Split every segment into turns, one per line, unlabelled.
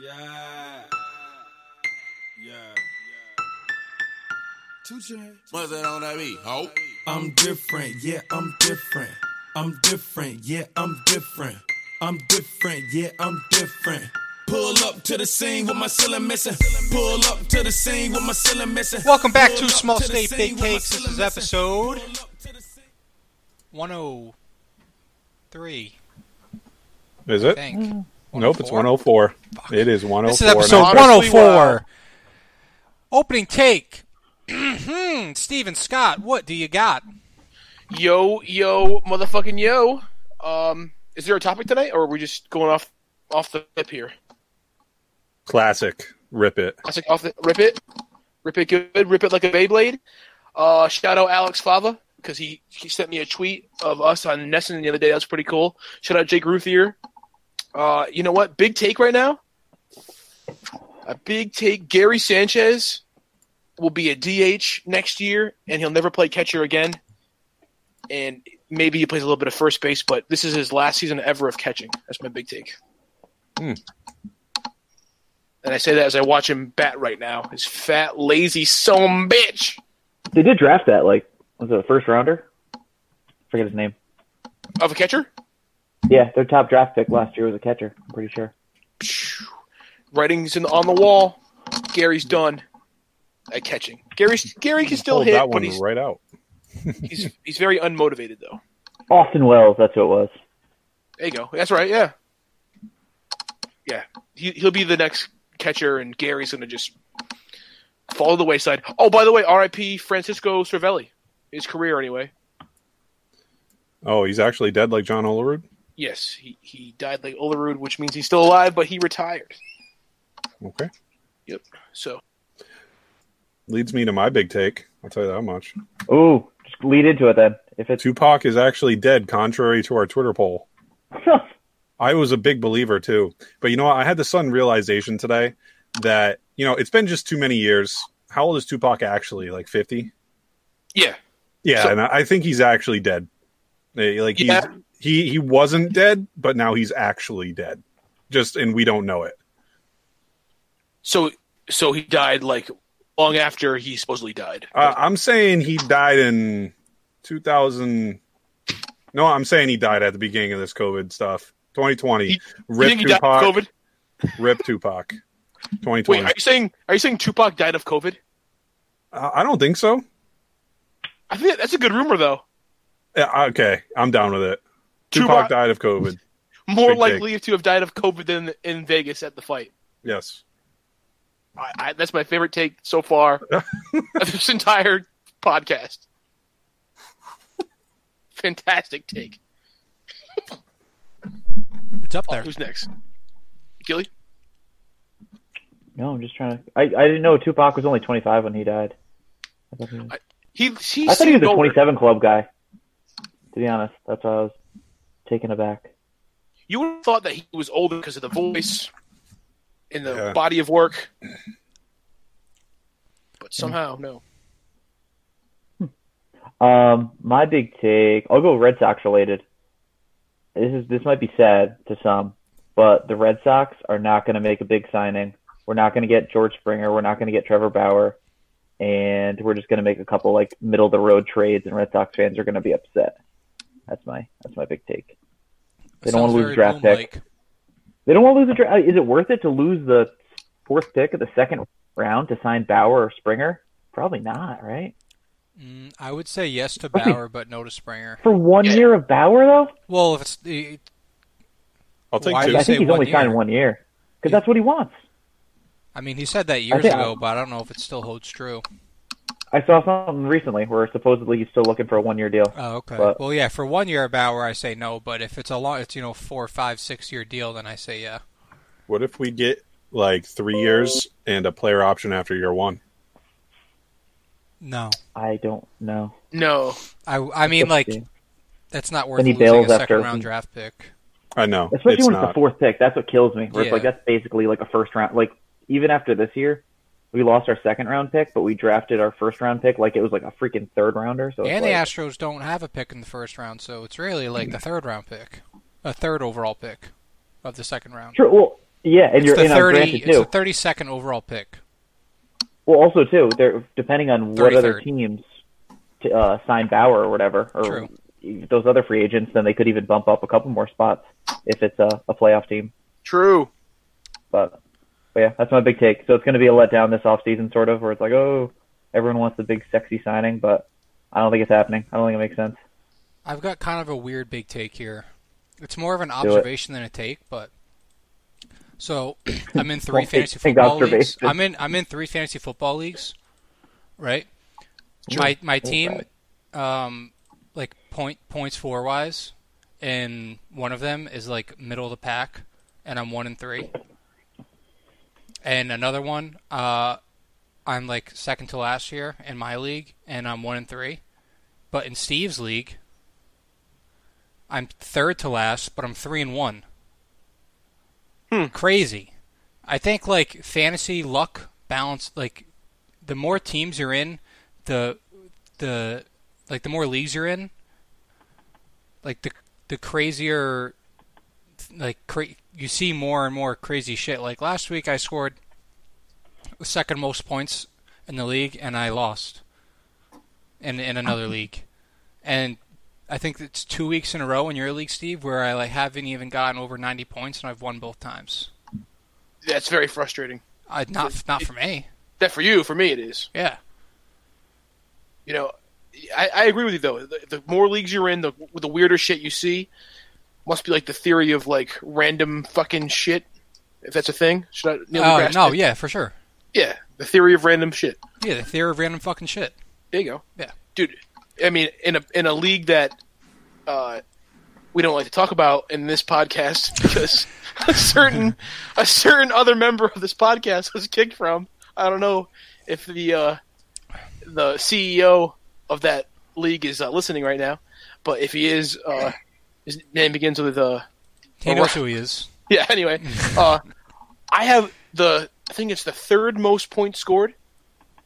Yeah. Yeah.
Two chain.
What's that on that beat, ho?
I'm different, yeah, I'm different. I'm different, yeah, I'm different. I'm different, yeah, I'm different. Pull up to the scene with my ceiling missing. Pull up to the scene with my ceiling missing.
Welcome back to
Pull up
Small
the
State
scene
Big
with my
Cakes. This
ceiling
is
missing.
episode
Pull up to the scene.
103,
Is
I
it?
think.
Nope, it's 104. It is 104.
This is episode
now.
104. Opening take. hmm Steven Scott, what do you got?
Yo, yo, motherfucking yo. Um, is there a topic today, or are we just going off off the rip here?
Classic. Rip it.
Classic off the rip it, rip it good, rip it like a Beyblade. Uh, shout out Alex Fava because he he sent me a tweet of us on Nesson the other day. That was pretty cool. Shout out Jake Ruthier. Uh, you know what? Big take right now. A big take. Gary Sanchez will be a DH next year, and he'll never play catcher again. And maybe he plays a little bit of first base, but this is his last season ever of catching. That's my big take.
Hmm.
And I say that as I watch him bat right now. His fat, lazy son bitch.
They did draft that. Like, was it a first rounder? Forget his name.
Of a catcher?
Yeah, their top draft pick last year was a catcher. I'm pretty sure.
Writings in, on the wall. Gary's done at catching. Gary's, Gary can still
Pulled
hit,
that
but
one
he's,
right out.
he's, he's very unmotivated, though.
Austin Wells. That's who it was.
There you go. That's right. Yeah. Yeah. He, he'll be the next catcher, and Gary's going to just fall to the wayside. Oh, by the way, RIP Francisco Cervelli. His career, anyway.
Oh, he's actually dead like John Olerud?
Yes, he, he died like Olerud, which means he's still alive, but he retired.
Okay.
Yep. So
Leads me to my big take. I'll tell you that much.
Ooh, just lead into it then. If it's
Tupac is actually dead, contrary to our Twitter poll. I was a big believer too. But you know what? I had the sudden realization today that, you know, it's been just too many years. How old is Tupac actually? Like 50?
yeah,
Yeah,
So-
and I I think he's actually dead. Eh, Like he's,
Yeah.
he he wasn't dead, but now he's actually dead. Just and we don't know it.
so so he died like long after he supposedly died.
Uh, I'm saying he died in 2000. No, I'm saying he died at the beginning of this COVID stuff. 2020.
He- you
rip
think he died
Tupac.
of COVID?
Rip Tupac. 2020.
Wait, are you saying are you saying Tupac died of COVID?
Uh, I I don't think so.
I think that's a good rumor though.
Yeah, Uh, okay, I'm down with it. Tupac,
Tupac-
died of COVID.
More
Big take.
likely to have died of COVID than in Vegas at the fight.
Yes.
I, I, that's my favorite take so far of this entire podcast. Fantastic take.
It's up there.
Who's next? Gilly?
no, I'm just trying to. I, I didn't know Tupac was only 25 when he died. I thought he was,
He, he
I thought he was
seemed
a
older.
27 club guy. To be honest, that's why I was taken aback.
you would have thought that he was older because of the voice and the
Yeah.
body of work. But somehow, no.
Um, my big take. I'll go Red Sox related. This is this might be sad to some, but the Red Sox are not going to make a big signing. We're not going to get George Springer. We're not going to get Trevor Bauer, and we're just going to make a couple like middle of the road trades, and Red Sox fans are going to be upset. That's my that's my big take. They don't want to lose draft pick. They don't want to lose a draft. Is it worth it to lose the fourth pick of the second round to sign Bauer or Springer? Probably not, right?
Mm, I would say yes to
Okay.
Bauer, but no to Springer.
For one
Yeah.
year of Bauer though.
Well, if it's the
I'll take
Why
two.
did
I
you say
think he's
one
only
year?
signed one year because that's what he wants.
I mean, he said that years
think-
ago, but I don't know if it still holds true.
I saw something recently where supposedly he's still looking for a one year deal.
Oh, okay.
But-
well, yeah, for one year Bauer, I say no. But if it's a long, it's you know four, five, six year deal, then I say yeah.
What if we get like three years and a player option after year one?
No,
I don't know.
No.
I, I mean like
Especially
that's not worth
Then he
losing
bails
a second
after-
round draft pick.
I know.
especially
it's
when
not.
it's the fourth pick. That's what kills me. Where it's like
Yeah.
that's basically like a first round. Like even after this year, we lost our second round pick, but we drafted our first round pick like it was like a freaking third rounder. So it's
And
like, Hmm.
the Astros don't have a pick in the first round, so it's really like the third round pick, a third overall pick of the second round.
Sure. Well, Yeah, and
It's
you're
the
in on
thirty.
Granted
It's
too.
the thirty-second overall pick.
well, also too, they're depending on what other
33rd.
teams to, uh, sign Bauer or whatever, or
True.
those other free agents, then they could even bump up a couple more spots if it's a, a playoff team.
True.
But, but yeah, that's my big take. So it's going to be a letdown this offseason, sort of, where it's like, oh, everyone wants the big sexy signing, but I don't think it's happening. I don't think it makes sense.
I've got kind of a weird big take here. It's more of an
it.
observation than a take, but so I'm in three
Well,
fantasy
big
football leagues.
observation.
I'm in I'm in three fantasy football leagues, right? My my team, um, like point points four wise, and one of them is like middle of the pack, and I'm one and three. And another one, uh, I'm like second to last year in my league, and I'm one and three. But in Steve's league, I'm third to last, but I'm three and one. Crazy. I think like fantasy luck balance like the more teams you're in, the the like the more leagues you're in, like the the crazier like cra- you see more and more crazy shit. Like last week I scored the second most points in the league and I lost in in another league. And I think it's two weeks in a row in your league, Steve, where I like haven't even gotten over ninety points and I've won both times.
That's very frustrating.
I not not for me.
That for you, for me, it is.
Yeah.
You know, I, I agree with you though. The, the more leagues you're in, the the weirder shit you see. Must be like the theory of like random fucking shit, if that's a thing. Should I? Neil
Oh
deGrasse-
no, yeah, for sure.
yeah. The theory of random shit.
Yeah, the theory of random fucking shit.
There you go.
Yeah.
dude. I mean, in a in a league that uh, we don't like to talk about in this podcast because a certain a certain other member of this podcast was kicked from. I don't know if the uh, the CEO of that league is uh, listening right now, but if he is, uh, his name begins with uh,
He knows who he is.
yeah. Anyway, uh, I have the I think it's the third most points scored,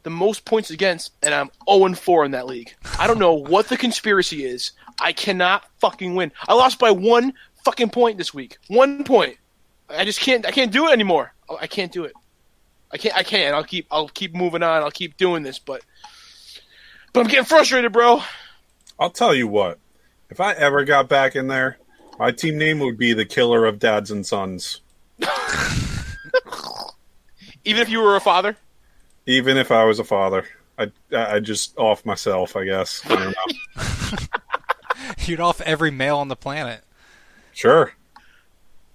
the most points against, and I'm 0 and 4 in that league. I don't know what the conspiracy is. I cannot fucking win. I lost by one fucking point this week. One point. I just can't. I can't do it anymore. Oh, I- I can't do it. I can't. I can't. I'll keep. I'll keep moving on. I'll keep doing this, but. But I'm getting frustrated, bro.
I'll tell you what. If I ever got back in there, my team name would be the Killer of Dads and Sons.
Even if you were a father,
Even if I was a father, I I I'd just off myself. I guess. I don't know.
You'd off every male on the planet.
sure.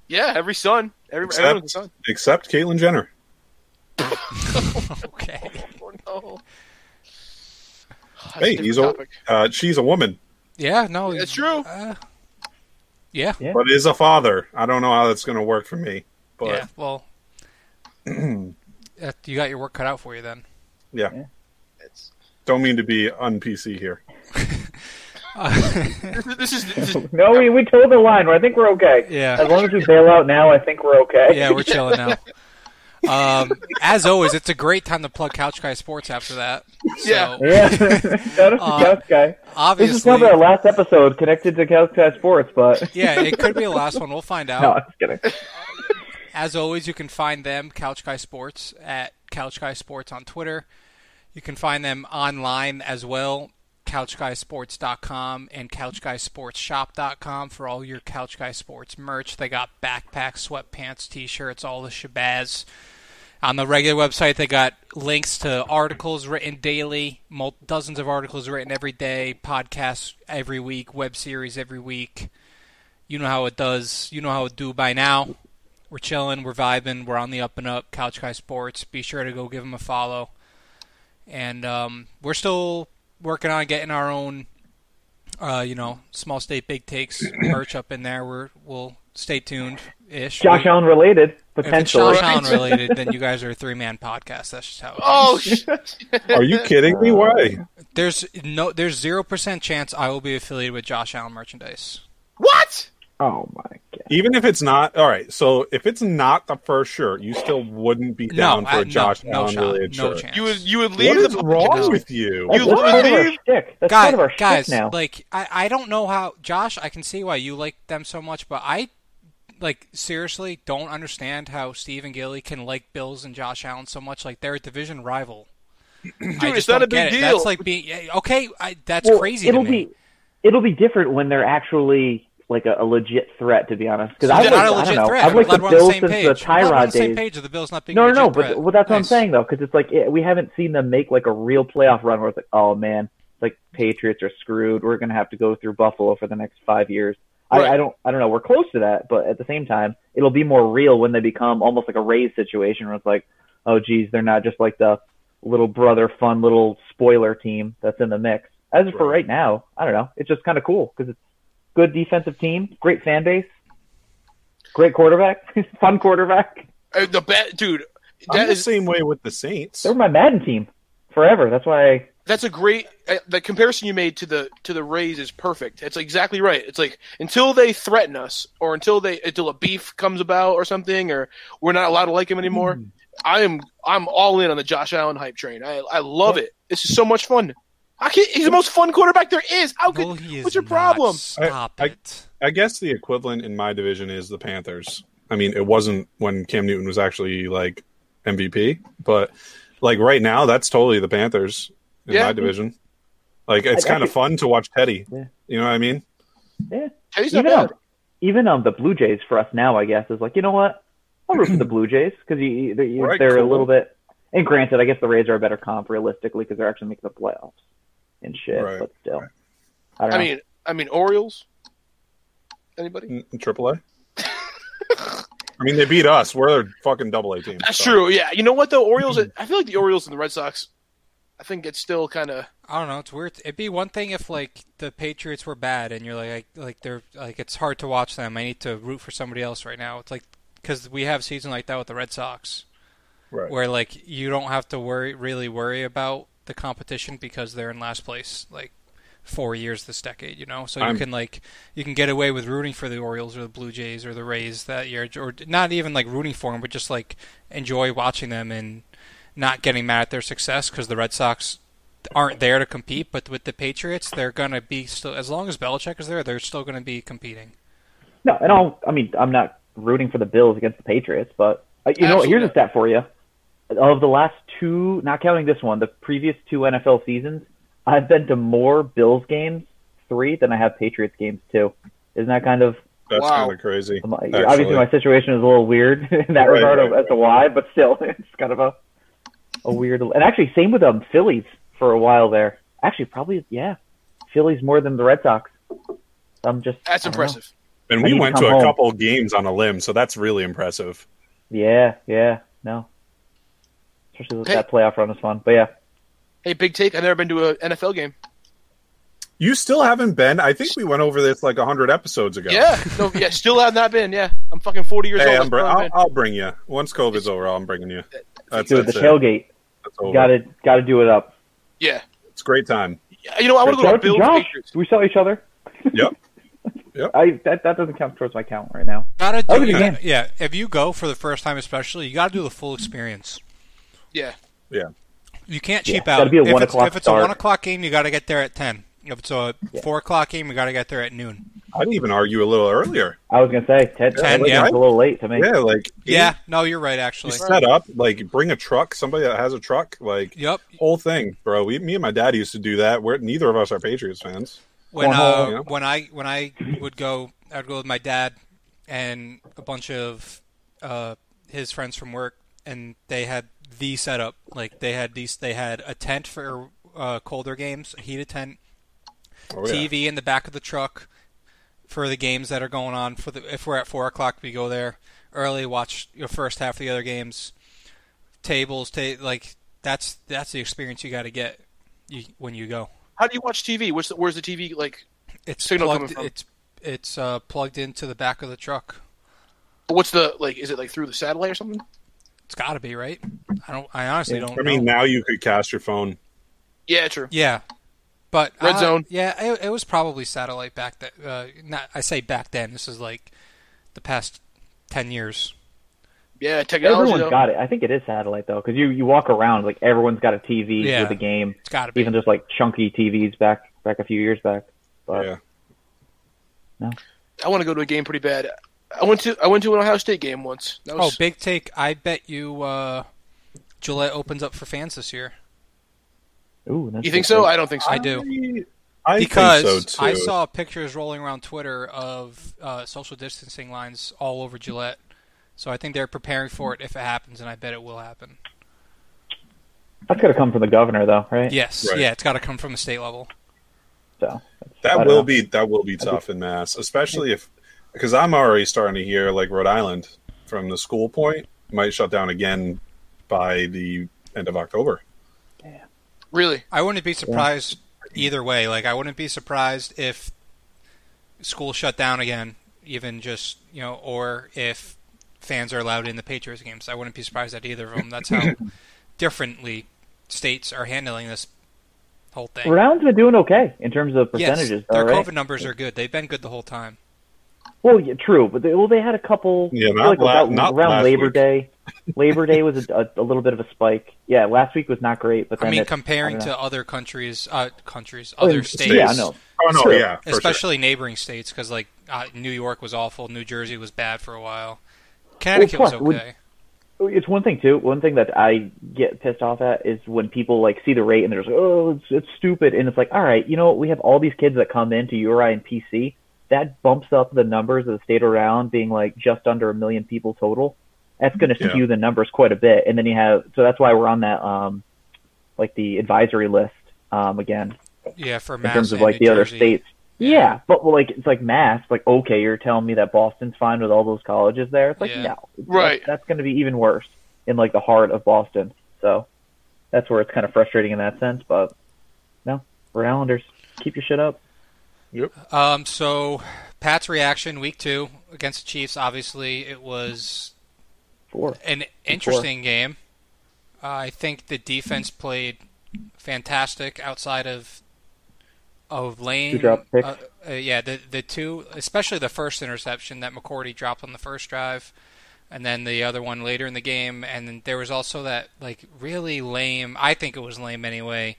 yeah, every son, every everyone's a son.
Except, except Caitlyn Jenner.
Okay.
Oh, no.
Hey, he's a, uh, she's a woman,
Yeah, no.
That's true.
Uh, yeah.
Yeah.
but is a father. I don't know how that's going to work for me. But
Yeah. Well, that- Uh, you got your work cut out for you then.
It's-
don't mean to be un PC here.
This is, this is
No, we, we told the line. I think we're okay. As
Yeah.
long as we bail out now, I think we're okay.
Yeah, we're chilling now. Um, as always, it's a great time to plug Couch Guy Sports after that. So,
Yeah.
Yeah. Shout out
Uh,
to Couch Guy. This is
Obviously,
probably our last episode connected to Couch Guy Sports, but
yeah, it could be a last one. We'll find out.
no, I'm just kidding.
As always, you can find them, Couch Guy Sports, at Couch Guy Sports on Twitter. You can find them online as well, couchguysports.com and couchguysportsshop.com for all your Couch Guy Sports merch. They got backpacks, sweatpants, t shirts, all the shabazz. On the regular website, they got links to articles written daily, mul- dozens of articles written every day, podcasts every week, web series every week. You know how it does. You know how it do by now. We're chilling. We're vibing. We're on the up and up. Couch Guy Sports. Be sure to go give them a follow. And um, we're still working on getting our own, uh, you know, small state big takes merch up in there. We're we'll stay tuned ish.
Josh Allen related,
If it's
potentially.
Josh Allen related, then you guys are a three man podcast. That's just how. It
oh shit.
Are you kidding me? Why?
is. There's no. There's zero percent chance I will be affiliated with Josh Allen merchandise.
what?
Oh my god.
Even if it's not all right, so if it's not the first shirt, you still wouldn't be down
no,
for
I-
a Josh
no, no
Allen
shot,
related
no
shirt.
chance.
You would you would leave
What is
the
wrong with you?
That's,
You
that's part of our
leave-
shtick. That's
guys,
part of our shtick
guys,
now.
like I, I don't know how Josh. I can see why you like them so much, but I like seriously don't understand how Steve and Gilly can like Bills and Josh Allen so much. Like they're a division rival. Dude,
it's not a big deal.
That's like being yeah, okay. I, that's
Well,
crazy.
It'll
to me.
be it'll be different when they're actually like a, a legit threat. To be honest, because
They're
I've
not a
liked, I
legit
don't know.
threat.
I've
We're
liked the
glad we're on the
Bills
same
since
page.
the
We're glad we're on
Tyrod
the same
days.
page of the Bills not being
No,
a
no, no.
legit
But
threat.
well, that's what I'm
Nice.
saying though, because it's like it, we haven't seen them make like a real playoff run where it's like, oh man, it's like Patriots are screwed. We're gonna have to go through Buffalo for the next five years.
Right.
I, I don't, I don't know. We're close to that, but at the same time, it'll be more real when they become almost like a Rays situation where it's like, oh geez, they're not just like the little brother, fun little spoiler team that's in the mix. As for right now, I don't know. It's just kind of cool because it's good defensive team, great fan base, great quarterback, fun quarterback.
Uh, The bat, dude.
I'm
That
the
is
same way with the Saints.
They were my Madden team forever. That's why I,
that's a great. Uh, the comparison you made to the to the Rays is perfect. It's exactly right. It's like until they threaten us, or until they until a beef comes about, or something, or we're not allowed to like him anymore. I am I'm all in on the Josh Allen hype train. I I love it. It's just so much fun. I can't, he's the most fun quarterback there is. How could,
No, he is
what's your
not.
problem?
Stop
I-
it.
I guess the equivalent in my division is the Panthers. I mean, it wasn't when Cam Newton was actually like MVP, but like right now, that's totally the Panthers in
Yeah.
my division. Like it's
I- I
kind of
could-
fun to watch Teddy.
Yeah.
You know what I mean?
yeah.
He's not
Even
bad.
um, even um, the Blue Jays for us now, I guess, is like you know what? I'll root for the Blue Jays because you, you, they-
Right,
they're
cool.
a little bit. And granted, I guess the Rays are a better comp realistically because they're actually making the playoffs and shit.
Right,
But still, I don't
I
know.
mean I mean Orioles. Anybody?
In in AAA. I mean, they beat us. We're their fucking double A team.
That's
so.
true. Yeah. You know what though? Orioles. I feel like the Orioles and the Red Sox. I think it's still kind of.
I don't know. It's weird. It'd be one thing if like the Patriots were bad and you're like, like, like they're like it's hard to watch them. I need to root for somebody else right now. It's like because we have season like that with the Red Sox,
Right.
where like you don't have to worry really worry about the competition because they're in last place like four years this decade. You know, so you
I'm-
can like you can get away with rooting for the Orioles or the Blue Jays or the Rays that year, or not even like rooting for them, but just like enjoy watching them and not getting mad at their success because the Red Sox aren't there to compete. But with the Patriots, they're gonna be still as long as Belichick is there, they're still gonna be competing.
no, and I'll. I mean, I'm not rooting for the Bills against the Patriots, but uh, you know,
Absolutely
what? here's
not.
a stat for you. Of the last two, not counting this one, the previous two NFL seasons, I've been to more Bills games three than I have Patriots games too. Isn't that kind of
That's
Wow.
kind of crazy.
My-
actually.
obviously my situation is a little weird in that
Right,
regard
right,
of as to why, but still, it's kind of a a weird. And actually, same with um Phillies for a while there. Actually, probably yeah, Phillies more than the Red Sox. I'm just
That's
I don't know.
impressive.
and
I
we
need to
went
come
to a
home.
couple games on a limb, so that's really impressive.
Yeah, yeah, no. Especially with
Hey.
that playoff run was fun, but yeah,
Hey, big take. I've never been to an NFL game.
You still haven't been. I think we went over this like hundred episodes ago.
Yeah. No. Yeah. Still have not been. Yeah. I'm fucking 40 years
Hey,
old.
I'm br-
I've
I'll,
been.
I'll bring you. Once COVID's over, I'm bringing you. That's,
dude, the
that's it.
tailgate.
That's over.
Got to got to do it up.
yeah.
It's a great time.
Yeah, You know, I want to
Shout
go to
out to
Bills
Josh.
Patriots.
Do we saw each other?
Yep.
I that that doesn't count towards my count right now.
Gotta
That
do
was a good game.
yeah. If you go for the first time, especially, you gotta do the full experience.
Yeah.
Yeah.
You can't
Yeah,
cheap
it's
out.
gotta be a
if,
one
it's,
o'clock
if it's a
start.
one o'clock game, you got to get there at ten. If it's a four o'clock game, you got to get there at noon.
I'd even argue a little earlier.
I was gonna say ten.
Ten,
it's
yeah.
a little late to me.
Yeah, like
Yeah, no, you're right. Actually,
You set up like bring a truck. Somebody that has a truck, like
Yep.
whole thing, bro. We, me and my dad used to do that. We're neither of us are Patriots fans.
when
Cornhole,
uh,
yeah.
when I when I would go, I'd go with my dad and a bunch of uh, his friends from work, and they had the setup. Like they had these, they had a tent for uh, colder games, a heated tent,
Oh, yeah.
TV in the back of the truck for the games that are going on. For the if we're at four o'clock, we go there early, watch your first half of the other games. Tables, ta- like that's that's the experience you got to get you, when you go.
How do you watch TV? Where's the, where's the TV? Like,
It's
Signal
plugged.
coming from.
It's it's uh, plugged into the back of the truck.
what's the like? Is it like through the satellite or something?
It's got to be right. I don't. I honestly don't.
I mean,
know.
now you could cast your phone.
Yeah. True.
yeah, but
Red
uh,
zone.
Yeah, it, it was probably satellite back then. Uh, not I say back then. This is like the past ten years.
Yeah. Technology.
Everyone's
though.
got it. I think it is satellite though, because you you walk around like everyone's got a TV
Yeah.
with a game,
It's got to be.
even just like chunky TVs back
Uh,
back a few years back. But
Yeah.
I want to go to a game pretty bad. I went to I went to an Ohio State game once. That
Oh,
was,
big take. I bet you uh, Gillette opens up for fans this year.
Ooh, that's
you think
good.
so? I don't think so.
I do.
I
because
think so too.
I saw pictures rolling around Twitter of uh, social distancing lines all over Gillette. So I think they're preparing for it if it happens, and I bet it will happen.
That's got to come from the governor, though, right?
Yes,
Right.
yeah, it's got to come from the state level.
So that's- I
that
don't
will
know.
be that will be tough in mass, especially if because I'm already starting to hear like Rhode Island from the school point might shut down again by the end of October.
Really?
I wouldn't be surprised either way. Like I wouldn't be surprised if school shut down again, even just you know, or if fans are allowed in the Patriots games. I wouldn't be surprised at either of them. That's how differently states are handling this whole thing.
Rhode Island's been doing okay in terms of
Yes,
percentages. though,
their
right?
COVID numbers are good. They've been good the whole time.
Well, yeah, true, but they, well, they had a couple.
Yeah,
I feel
not
like
la-
about-
not
around
last
Labor
week.
Day. Labor Day was a, a, a little bit of a spike. Yeah, last week was not great, but then
I mean,
it-
comparing
I don't know.
to other countries, uh, countries,
Oh,
other
and-
states,
Yeah, I know.
Oh no,
Sure.
yeah, for sure.
especially neighboring states, because like uh, New York was awful, New Jersey was bad for a while,
Well,
Connecticut
plus,
was
would-
okay.
It's one thing too. One thing that I get pissed off at is when people like see the rate and they're just like, "Oh, it's, it's stupid," and it's like, "All right, you know, what? we have all these kids that come into URI and PC. That bumps up the numbers of the state around being like just under a million people total. That's going to
Yeah.
skew the numbers quite a bit. And then you have so that's why we're on that um, like the advisory list um again
Yeah, for
in
Mass
terms of
and
like
New
the other
Jersey.
states. Yeah, but well, like it's like mass. Like okay, you're telling me that Boston's fine with all those colleges there. It's like
Yeah.
no, It's-
Right.
That's, that's going to be even worse in like the heart of Boston. So that's where it's kind of frustrating in that sense. But no, Rhode Islanders, keep your shit up.
Um, so Pat's reaction week two against the Chiefs. Obviously, it was
Four.
an interesting game. Uh, I think the defense played fantastic outside of of Lane.
Two drop picks.
Uh, uh, yeah, the the two, especially the first interception that McCourty dropped on the first drive, and then the other one later in the game. And then there was also that like really lame. I think it was lame anyway.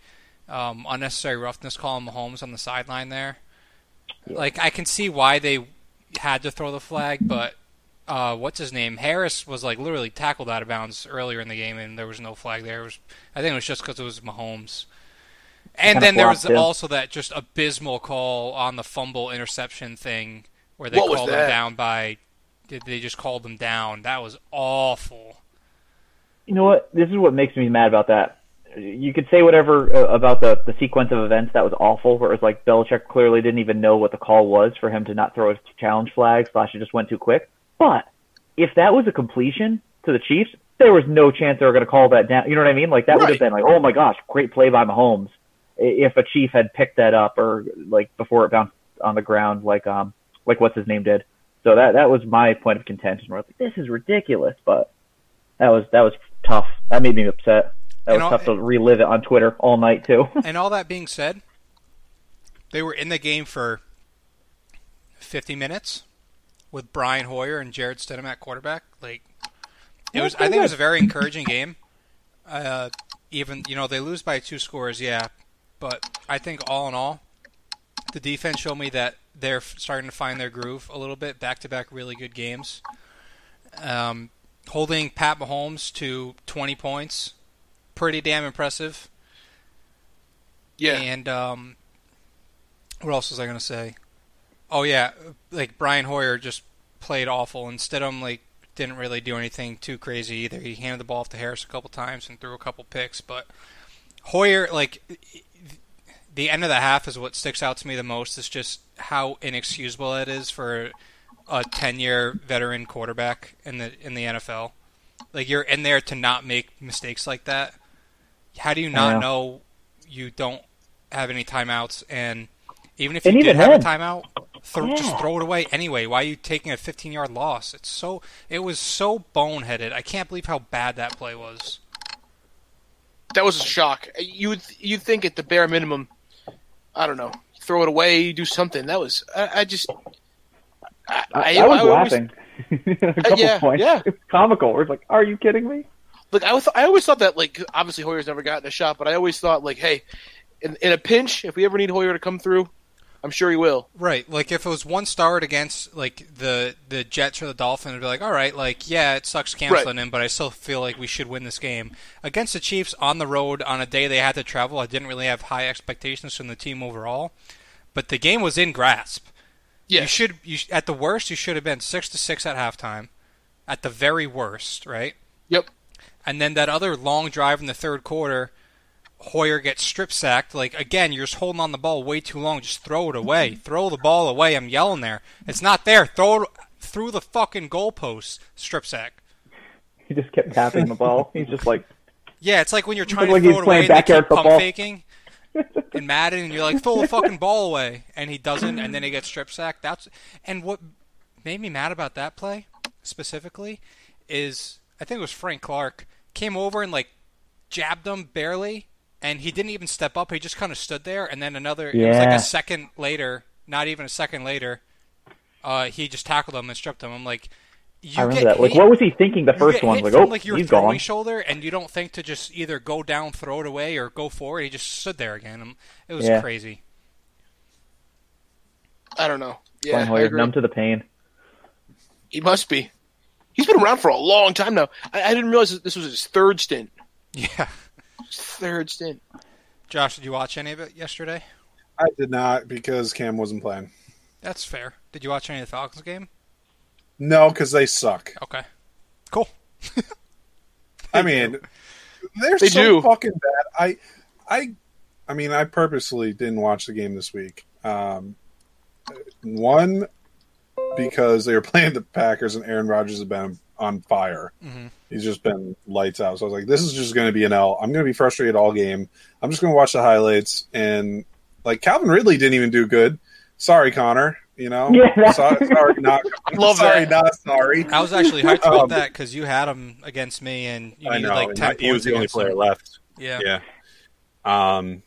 Um, unnecessary roughness call on Mahomes on the sideline there. Like I can see why they had to throw the flag, but uh, what's his name? Harris was like literally tackled out of bounds earlier in the game, and there was no flag there. It was, I think it was just because it was Mahomes. And
Kinda
then there was
flopped, yeah.
also that just abysmal call on the fumble interception thing, where they
What was
called
that?
him down by. They just called him down. That was awful.
You know what? This is what makes me mad about that. You could say whatever uh, about the, the sequence of events that was awful, where it was like Belichick clearly didn't even know what the call was for him to not throw a challenge flag, slash it just went too quick. But if that was a completion to the Chiefs, there was no chance they were going to call that down. You know what I mean? Like that would have been like, oh my gosh, great play by Mahomes. i- If a Chief had picked that up or like before it bounced on the ground, like um, like what's his name did. So that that was my point of contention. Where I was like, this is ridiculous, but that was that was tough. That made me upset. That
You
was
know,
tough to relive it on Twitter all night too.
and all that being said, they were in the game for 50 minutes with Brian Hoyer and Jared Stidham at quarterback. Like it was, I think it was a very encouraging game. Uh, even you know they lose by two scores, yeah, but I think all in all, the defense showed me that they're f- starting to find their groove a little bit. Back to back, really good games. Um, holding Pat Mahomes to 20 points, pretty damn impressive.
Yeah.
And um, what else was I gonna say? Oh yeah, like Brian Hoyer just played awful, and Stidham like didn't really do anything too crazy either. He handed the ball off to Harris a couple times and threw a couple picks, but Hoyer like the end of the half is what sticks out to me the most. Is just how inexcusable it is for a ten-year veteran quarterback in the in the NFL. Like you're in there to not make mistakes like that. How do you not
Yeah.
know you don't have any timeouts? And even if
And
you did
even
have a
then.
timeout, throw, just
Yeah.
throw it away anyway. Why are you taking a 15-yard loss? It's so it was so boneheaded. I can't believe how bad that play was.
That was a shock. You would you'd think at the bare minimum, I don't know, throw it away, do something. That was I, I just I, I-
I, I was
I always-
laughing.
Uh,
a couple
yeah,
points.
yeah.
It was comical. We're like, are you kidding me?
Like I, was, I always thought that like obviously Hoyer's never gotten a shot, but I always thought like, hey, in, in a pinch, if we ever need Hoyer to come through, I'm sure he will.
Right. Like if it was one starred against like the the Jets or the Dolphins, it'd be like, all right, like yeah, it sucks canceling him, but I still feel like we should win this game against the Chiefs on the road on a day they had to travel. I didn't really have high expectations from the team overall, but the game was in grasp.
Yeah.
You should you sh- at the worst you should have been six to six at halftime, at the very worst, right?
Yep.
And then that other long drive in the third quarter, Hoyer gets strip sacked. Like again, you're just holding on the ball way too long. Just throw it away. Throw the ball away. I'm yelling there. It's not there. Throw it through the fucking goalpost. Strip sack.
He just kept tapping the ball. He's just like,
Yeah, it's like when you're trying
like
to
he's
throw it away
playing
and they
backyard
keep pump
football.
faking. And Madden, and you're like, throw the fucking ball away, and he doesn't, and then he gets strip sacked. That's and what made me mad about that play specifically is I think it was Frank Clark came over and like jabbed him barely, and he didn't even step up. He just kind of stood there, and then another. It was like
Yeah.
a second later, not even a second later, uh, he just tackled him and stripped him. I'm like, you
I remember
get
that. Like,
hit-
what was he thinking the
you
first
get
one?
hit
Like,
from,
oh,
your
he's
throwing
gone.
shoulder, and you don't think to just either go down, throw it away, or go forward. He just stood there again. Um, It was
Yeah.
crazy.
I don't know. Yeah,
Brian
I
Hoyer,
agree.
numb to the pain.
He must be. He's been around for a long time now. I, I didn't realize that this was his third stint.
Yeah.
His third stint.
Josh, did you watch any of it yesterday?
I did not because Cam wasn't playing.
That's fair. Did you watch any of the Falcons game?
No, because they suck.
Okay. Cool.
I mean, they're
They
so
do.
fucking bad. I, I, I mean, I purposely didn't watch the game this week. Um, one because they were playing the Packers and Aaron Rodgers has been on fire.
Mhm.
He's just been lights out. So I was like, this is just going to be an L. I'm going to be frustrated all game. I'm just going to watch the highlights and like Calvin Ridley didn't even do good. Sorry, Connor. You know,
Yeah, that-
sorry, sorry, not
Love
sorry,
that.
not sorry.
I was actually hyped about
Um,
that because you had him against me, and you
I
needed
know.
like
and
ten
I-
points.
he was the only
against
player
him.
left.
Yeah.
Yeah. Um,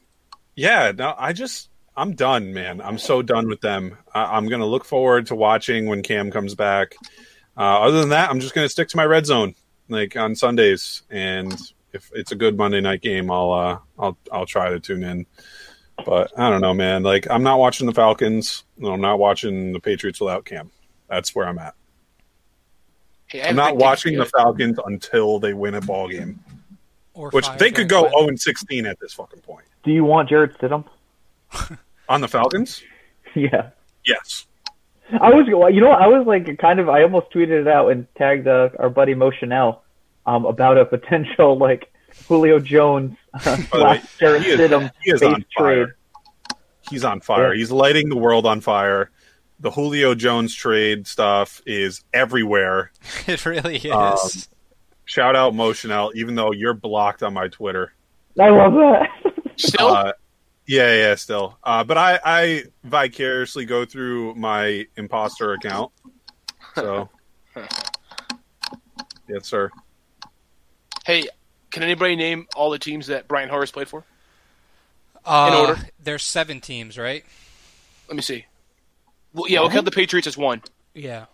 yeah. No, I just I'm done, man. I'm so done with them. I, I'm gonna look forward to watching when Cam comes back. Uh, other than that, I'm just gonna stick to my red zone, like on Sundays, and if it's a good Monday night game, I'll uh, I'll I'll try to tune in. But I don't know, man. Like I'm not watching the Falcons. No, I'm not watching the Patriots without Cam. That's where I'm at.
Hey, I
I'm
have
not
big
watching the
tickets.
Falcons until they win a ball game,
Or
which
five
they
grand
could go
fine.
0 and 16 at this fucking point.
Do you want Jared Stidham?
On the Falcons?
yeah.
Yes.
I was, you know, I was like kind of, I almost tweeted it out and tagged uh, our buddy Mo Chanel um, about a potential like Julio Jones uh,
By the way,
slash Jared
he is-
Stidham
he is
base
on fire.
trade.
He's on fire.
Yeah.
He's lighting the world on fire. The Julio Jones trade stuff is everywhere.
it really is.
Um, Shout out Mo Chanel, even though you're blocked on my Twitter.
I love that.
Still,
Uh, yeah, yeah, still. Uh, but I, I vicariously go through my imposter account. So, yes, sir.
hey, can anybody name all the teams that Brian Horace played for?
Uh,
order.
There's seven teams, right?
Let me see. Well, yeah, we'll count the Patriots as one.
Yeah.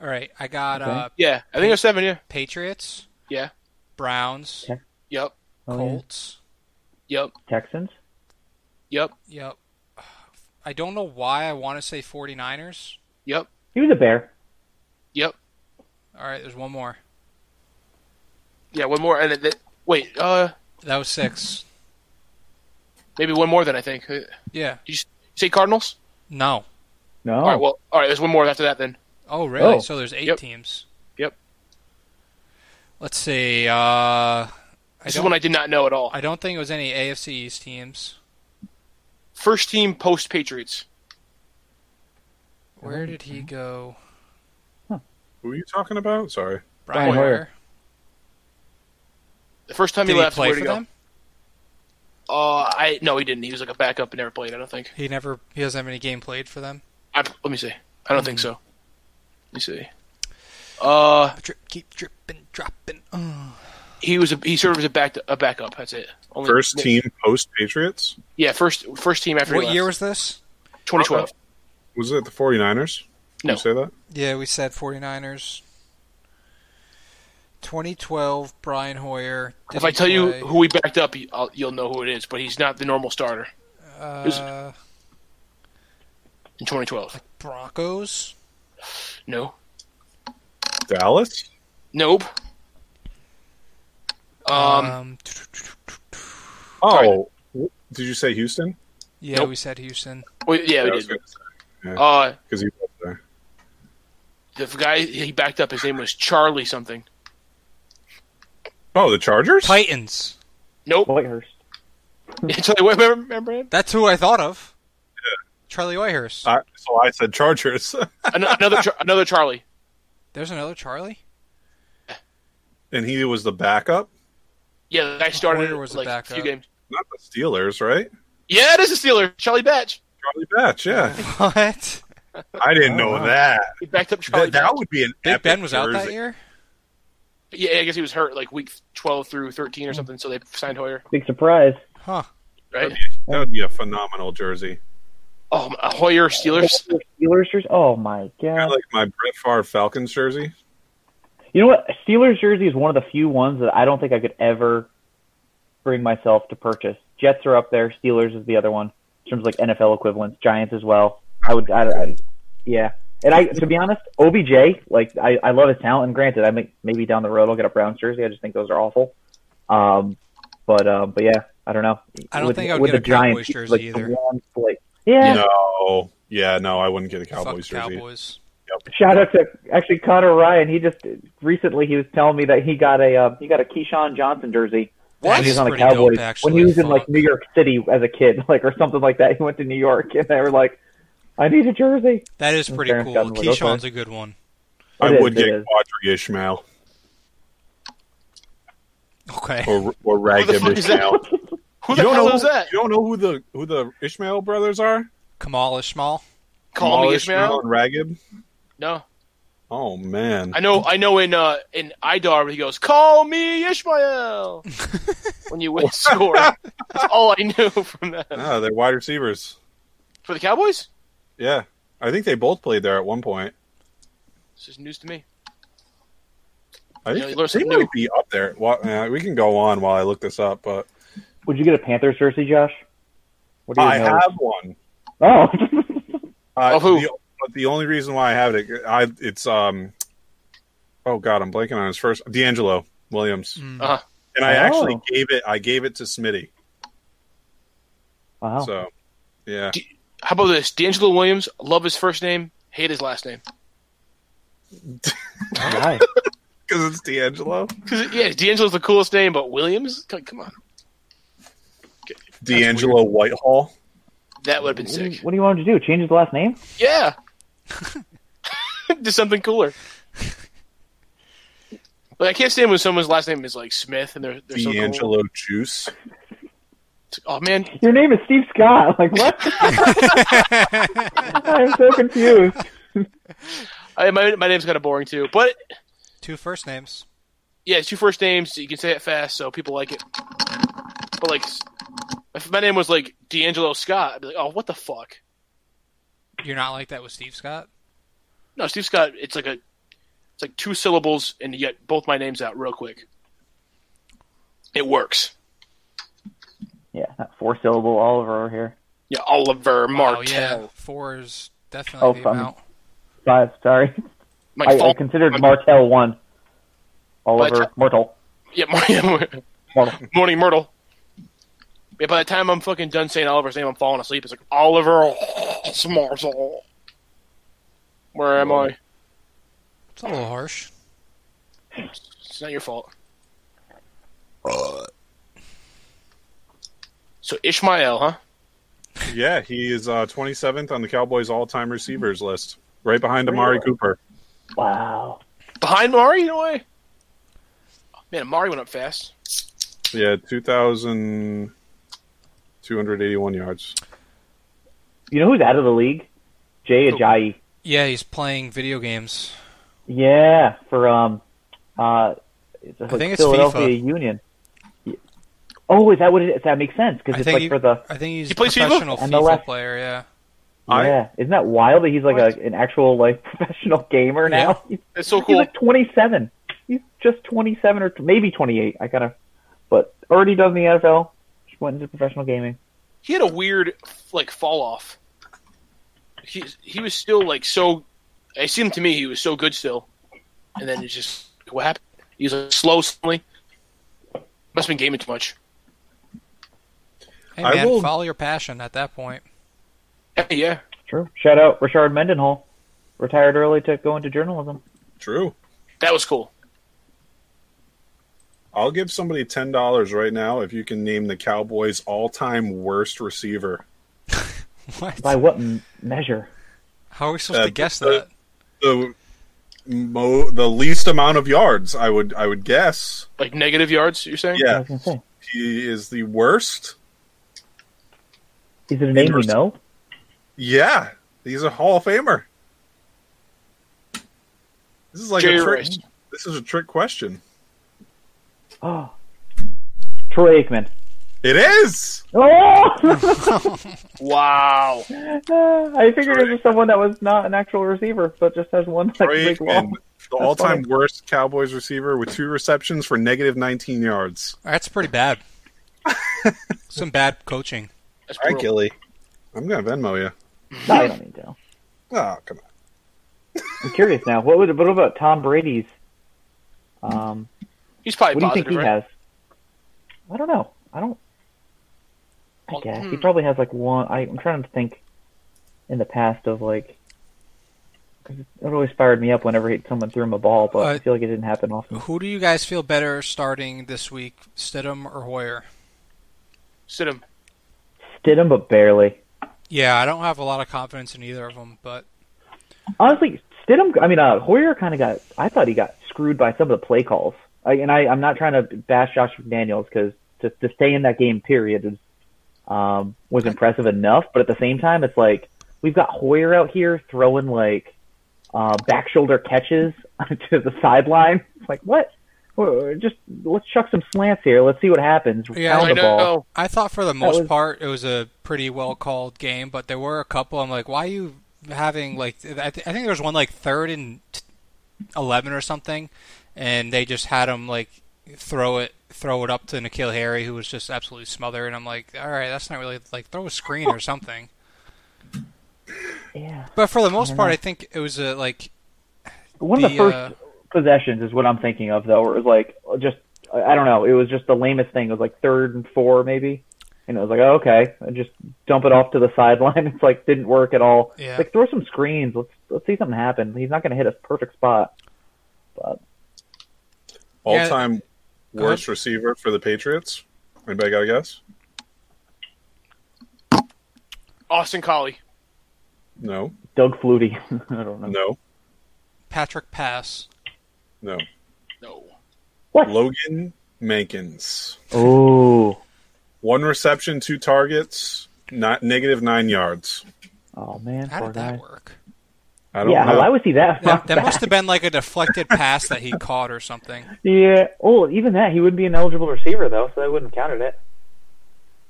All right. I got
Okay.
uh,
Yeah, I think there's seven. Yeah.
Patriots,
Yeah.
Browns,
Okay.
Yep.
Oh,
Colts.
Yep.
Texans?
Yep.
Yep. I don't know why I want to say 49ers.
Yep.
He was a bear.
Yep.
All right, there's one more.
Yeah. One more. And then, then- wait. Uh,
That was six.
maybe one more. Then I think. Uh,
Yeah.
Say Cardinals.
No.
No.
All right. Well. All right. There's one more after that. Then.
Oh, really?
Oh.
So there's eight
Yep.
teams.
Yep.
Let's see. Uh, I
This is
don't.
one I did not know at all.
I don't think it was any AFC East teams.
First team post Patriots.
Where did he go?
Who are you talking about? Sorry.
Brian,
Brian Hoyer.
Hoyer.
The first time
Did
he
he
left,
play
where to
for
go?
them?
Uh, I no, he didn't. He was like a backup and never played. I don't think.
He never. He doesn't have any game played for them.
I, let me see. I don't think
Hmm.
so. Let me see. Uh,
Drip, keep dripping, dropping. Oh.
he was a, he served as a back a backup. That's it. Only,
First team post Patriots?
Yeah, first first team after.
What year was this?
2012?
Was it the 49ers? Did
No.
Oh, you say that?
Yeah, we said 49ers. 2012, Brian Hoyer. Did
If I
he
tell you
play?
who we backed up, you- I'll, you'll know who it is. But he's not the normal starter.
Uh,
in 2012.
Broncos.
No.
Dallas?
Nope. Um,
Uh,
Oh, w- did you say Houston?
yeah,
nope.
we said Houston.
well, yeah, we
I was
did.
gonna say,
Uh,
'cause he was there.
the guy he backed up, his name was Charlie something.
Oh, the Chargers?
Titans.
Nope.
Whitehurst.
Charlie, White- remember, remember him?
That's who I thought of. Charlie Whitehurst.
I, so I said Chargers.
An- Another, Char- another Charlie.
There's another Charlie.
and he was the backup?
Yeah, the guy started
Hoyer was a
like a few
backup.
games.
Not the Steelers, right?
Yeah, it is a Steeler. Charlie Batch.
Charlie Batch, yeah.
What?
I didn't know that.
He backed up Uh-huh. Charlie
That, that
Batch.
would be an
Big
epic
Ben was out
jersey.
that year.
Yeah, I guess he was hurt like week 12 through 13 or something, so they signed Hoyer,
Big surprise.
Huh.
right?
That would be a phenomenal jersey.
Oh, my- Hoyer Steelers.
Steelers jersey. Oh my
Kind
god.
of like my Brett Favre Falcons jersey.
You know what? A Steelers jersey is one of the few ones that I don't think I could ever bring myself to purchase. Jets are up there. Steelers is the other one in terms of like NFL equivalents. Giants as well. I would. I, I, yeah. And I, to be honest, OBJ, like I, I love his talent. And granted, I may, maybe down the road I'll get a Browns jersey. I just think those are awful. Um, but um, but yeah, I don't know.
I don't
With-
think I would
with
get a
the Giants,
Cowboys jersey
like, the
either.
ones, like, yeah.
No. Yeah, no, I wouldn't get a Cowboys
Fuck
jersey.
Cowboys.
Shout out to actually Connor Ryan. He just recently he was telling me that he got a uh, he got a Keyshawn Johnson jersey
That
when he
is
was on the
pretty dope,
Cowboys when
actually.
he was in like
Fuck.
New York City as a kid, like or something like that. He went to New York and they were like, "I need a jersey."
That is pretty
Terrence
cool.
Dunn was okay.
Keyshawn's a good one.
I
It is,
would
it
get
is.
Quadri Ishmael
Okay.
or, or
Who the
Ragged
fuck is
Ishmael.
that? Who the
you don't
hell
know
is that?
You don't know who the who the Ishmael brothers are?
Kamal Ishmael.
Call
Kamal
me Ishmael?
and Ragged.
No.
Oh man,
I know I know in uh in Idar he goes, Call me Ishmael when you win score. That's all I knew from that.
no, they're wide receivers.
For the Cowboys?
Yeah, I think they both played there at one point.
This is news to me.
I
Yeah, you
think
learn
they
something new.
might be up there. Well, yeah, we can go on while I look this up, but
Would you get a Panthers jersey, Josh? What do you
I
know?
have one.
Oh,
Uh,
Of who?
The, but the only reason why I have it, I it's um, oh god, I'm blanking on his first D'Angelo Williams,
Mm.
Uh,
and I
Oh.
actually gave it. I gave it to Smitty.
wow.
So, yeah,
how about this? D'Angelo Williams, love his first name, hate his last name.
Why?
because it's D'Angelo.
'Cause, yeah, D'Angelo's the coolest name, but Williams? C- Come on.
D'Angelo Whitehall.
That would have been
What do you-
sick.
what do you want him to do? Change his last name?
Yeah. Do something cooler. But I can't stand when someone's last name is like Smith and they're, they're so cool.
D'Angelo Juice.
Oh man,
Your name is Steve Scott. Like what? I am so confused.
I, my my name's kind of boring too. But
Two first names.
yeah, it's two first names. You can say it fast, so people like it. But like, if my name was like D'Angelo Scott, I'd be like, oh, what the fuck?
You're not like that with Steve Scott.
No, Steve Scott. It's like a, it's like two syllables, and you get both my names out real quick. It works.
Yeah, not four syllable Oliver over here.
Yeah, Oliver Martel.
Oh yeah, four is definitely
Oh,
the
fun.
amount.
Five. Sorry.
My
I, I
fault.
considered
I'm-
Martel one. Oliver
But-
Martel.
Yeah, morning,
Martel.
morning, Myrtle. Yeah, by the time I'm fucking done saying Oliver's name, I'm falling asleep. It's like Oliver Smarzel. Where am I?
It's a little harsh.
It's not your fault. Uh. So Ishmael, huh?
Yeah, he is uh, 27th on the Cowboys' all-time receivers list, right behind Amari
Really?
Cooper.
Wow.
Behind Mari, no way. Man, Mari went up fast.
Yeah, 2,281 yards.
You know who's out of the league? Jay Ajayi.
Yeah, he's playing video games.
Yeah, for um, uh, it's like
think it's
Philadelphia
FIFA.
Union. Oh, is that what it is? That makes sense because
I
it's
think
like
he-
for the
I think he's
He
a
plays FIFA?
professional
And the
FIFA
left.
player. Yeah,
I-
yeah. Isn't that wild that he's like
What?
a, an actual like professional gamer now? He's,
That's so
he's
cool.
like twenty seven. He's just twenty seven or t- maybe twenty eight. I kind of, but already done the NFL. Just went into professional gaming.
He had a weird like fall off. he he was still like so. It seemed to me he was so good still, and then it's just what happened. He was like, slow suddenly. Must have been gaming too much.
Hey
I
man,
will-
follow your passion at that point.
Hey, yeah,
True. Shout out Richard Mendenhall. Retired early to go into journalism.
True.
that was cool.
I'll give somebody ten dollars right now if you can name the Cowboys' all-time worst receiver.
By
What?
what m- measure?
How are we supposed
Uh,
to guess
uh,
that?
The mo- the least amount of yards, I would I would guess.
Like negative yards, you're saying?
I
Yeah,
was gonna say.
he is the worst.
Is it a name we
Interesting.
know?
Yeah, he's a Hall of Famer. This is like
Jerry
a trick.
Rice.
This is a trick question.
Oh, Troy Aikman.
It is.
Oh,
Wow.
I figured it was someone that was not an actual receiver, but just has one like,
Troy
big long.
Aikman, the
That's
all-time
funny.
worst Cowboys receiver with two receptions for negative 19 yards.
That's pretty bad. Some bad coaching.
That's
All right,
brutal.
Gilly. I'm gonna Venmo you.
No, I don't need to.
Oh, come on.
I'm curious now. What would what about Tom Brady's? Um,
He's probably
what do you
positive,
think he
right?
has? I don't know. I don't. I
Well,
guess he
hmm.
probably has like one. I, I'm trying to think in the past of like. 'cause It always fired me up whenever he, someone threw him a ball, but
Uh,
I feel like it didn't happen often.
Who do you guys feel better starting this week, Stidham or Hoyer?
Sit him.
Stidham, but barely.
Yeah, I don't have a lot of confidence in either of them, but
Honestly, Stidham. I mean, uh, Hoyer kind of got. I thought he got screwed by some of the play calls. I, and I, I'm not trying to bash Josh McDaniels because to, to stay in that game period is, um, was impressive enough. But at the same time, it's like we've got Hoyer out here throwing like uh, back shoulder catches to the sideline. It's like what? Well, Just let's chuck some slants here. Let's see what happens.
Yeah,
Pound
I
the ball.
know. Oh.
I thought for the most
was-
part it was a pretty well called game, but there were a couple. I'm like, why are you having like? I, th- I think there was one like third and t- eleven or something, and they just had him like throw it throw it up to Nikhil Harry, who was just absolutely smothered. And I'm like, all right, that's not really like throw a screen or something.
Yeah.
But for the most
don't
part,
know.
I think it was a like
One of the
The,
first
uh,
possessions is what I'm thinking of, though. Where it was like just I I don't know. It was just the lamest thing. It was like third and four, maybe, and it was like, oh, okay, and just dump it off to the sideline. It's like didn't work at all.
Yeah.
Like throw some screens. Let's let's see something happen. He's not going to hit a perfect spot.
Yeah.
All-time
Go
worst
ahead.
receiver for the Patriots. Anybody got a guess?
Austin Collie.
No,
Doug Flutie. I don't know.
no,
Patrick Pass.
no.
No.
Logan Mankins.
Oh,
One reception, two targets, not negative nine yards.
oh man,
How
poor
did that
guy.
work?
I don't
Yeah,
know.
how I would see that.
That, that must have been like a deflected pass that he caught or something.
yeah. Oh, even that he wouldn't be an eligible receiver though, so they wouldn't have counted it.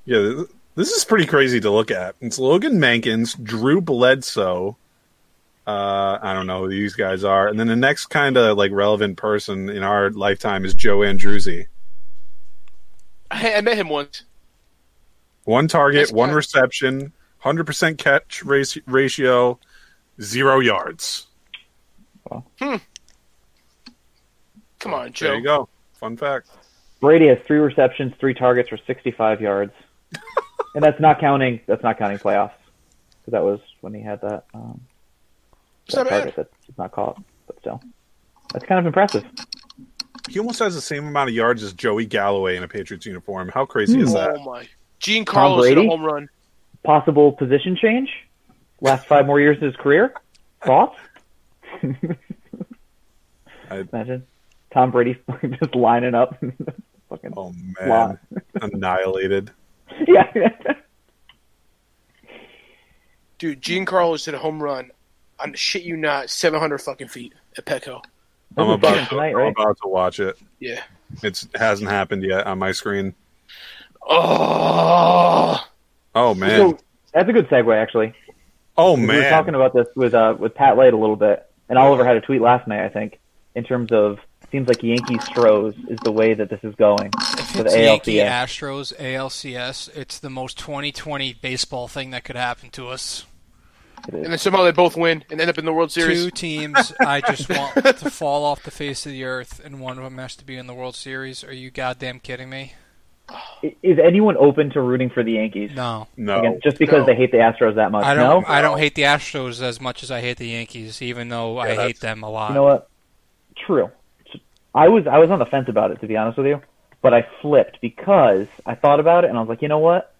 Yeah, th- this is pretty crazy to look at. It's Logan Mankins, Drew Bledsoe. Uh, I don't know who these guys are, and then the next kind of like relevant person in our lifetime is Joe Andruzzi.
I, I met him once.
One target,
Nice
one
catch.
reception, hundred percent catch race, ratio, zero yards.
Come on,
There
Joe.
you go. Fun fact.
Brady has three receptions, three targets for 65 yards, and that's not counting. That's not counting playoffs. 'Cause that was when he had that, um,
It's
that
not bad.
target that's not caught, but still, that's kind of impressive.
He almost has the same amount of yards as Joey Galloway in a Patriots uniform. How crazy
Hmm.
is that?
Oh my. Gene Carlos hit a
Brady?
home run.
Possible position change. Last five more years of his career. Thoughts?
I-
Imagine Tom Brady just lining up. Fucking
Oh man,
Wow.
annihilated.
yeah.
Dude, Gene Carlos hit a home run. I'm shit you not, 700 fucking feet at Petco.
I'm
This is
about,
fucking
to,
tonight,
I'm
right?
about to watch it.
Yeah.
It's it hasn't happened yet on my screen.
Oh.
Oh man.
So that's a good segue, actually.
oh
We were
man.
talking about this with uh, with Pat Light a little bit, and Oliver had a tweet last night, I think, in terms of seems like Yankee Stros is the way that this is going
If
with
it's Yankee
ALCS.
Astros ALCS, it's the most 2020 baseball thing that could happen to us.
It is.
and then somehow they both win and end up in the World Series.
Two teams I just want to fall off the face of the earth, and one of them has to be in the World Series. Are you goddamn kidding me?
I- Is anyone open to rooting for the Yankees?
No,
No.
Again, just because
No.
they hate the Astros that much.
I don't.
no?
I don't hate the Astros as much as I hate the Yankees, even though I
that's-
hate them a lot.
You know what? True. I was I was on the fence about it to be honest with you, but I flipped because I thought about it and I was like, you know what?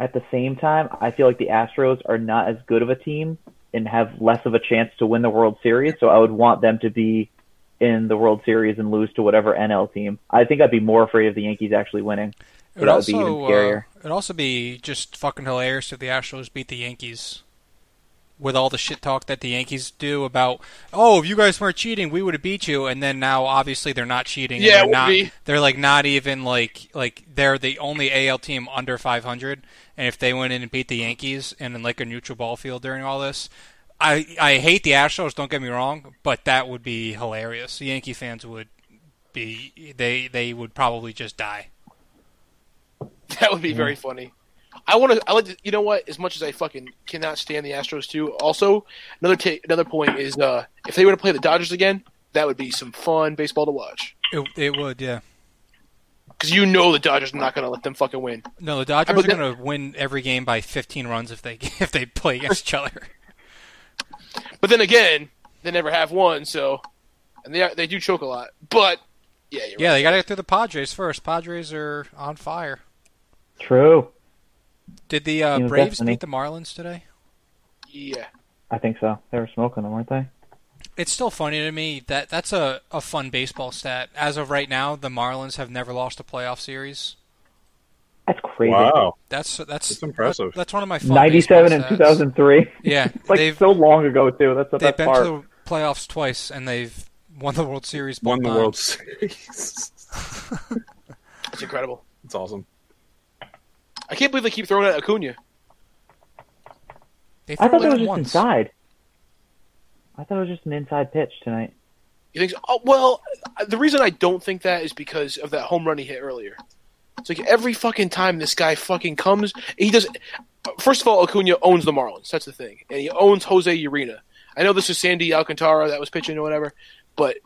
At the same time, I feel like the Astros are not as good of a team and have less of a chance to win the World Series, so I would want them to be in the World Series and lose to whatever NL team. I think I'd be more afraid of the Yankees actually winning.
it
that would be even
uh,
scarier.
it'd also be just fucking hilarious if the Astros beat the Yankees. With all the shit talk that the Yankees do about, oh, if you guys weren't cheating, we would have beat you. And then now, obviously, they're not cheating. and
Yeah, it
they're
would
not.
be.
They're like not even like like they're the only AL team under 500. And if they went in and beat the Yankees and in like a neutral ball field during all this, I I hate the Astros. Don't get me wrong, but that would be hilarious. The Yankee fans would be they they would probably just die.
That would be very funny. I want to. I like. To, you know what? As much as I fucking cannot stand the Astros too. Also, another ta- another point is uh, if they were to play the Dodgers again, that would be some fun baseball to watch.
It, it would, yeah.
Because you know the Dodgers are not going to let them fucking win.
No, the
Uh,
Dodgers
but
are
the-
going to win every game by 15 runs if they if they play against each other.
But then again, they never have won. So, and they are, they do choke a lot. But yeah, you're
Yeah, they got to get through the Padres first. Padres are on fire.
True.
Did the uh,
Yeah,
Braves
definitely.
beat the Marlins today?
right. yeah.
I think so. They were smoking them, weren't they?
It's still funny to me that that's a, a fun baseball stat. As of right now, the Marlins have never lost a playoff series.
That's crazy.
Wow.
That's that's
That's impressive.
That's one of my fun
Ninety-seven and
baseball
two
stats.
thousand three.
Yeah,
like
they've
so long ago too. That's the
they've
best
been
part.
to the playoffs twice and they've won the World Series. both
Won the
times.
World Series.
That's incredible.
It's awesome.
I can't believe they keep throwing out Acuna.
They
I
threw
thought
it
that was just
once.
inside. I thought it was just an inside pitch tonight.
You think? So? Oh well, the reason I don't think that is because of that home run he hit earlier. It's like every fucking time this guy fucking comes, he does. First of all, Acuna owns the Marlins. That's the thing, and he owns Jose Urena. I know this is Sandy Alcantara that was pitching or whatever, but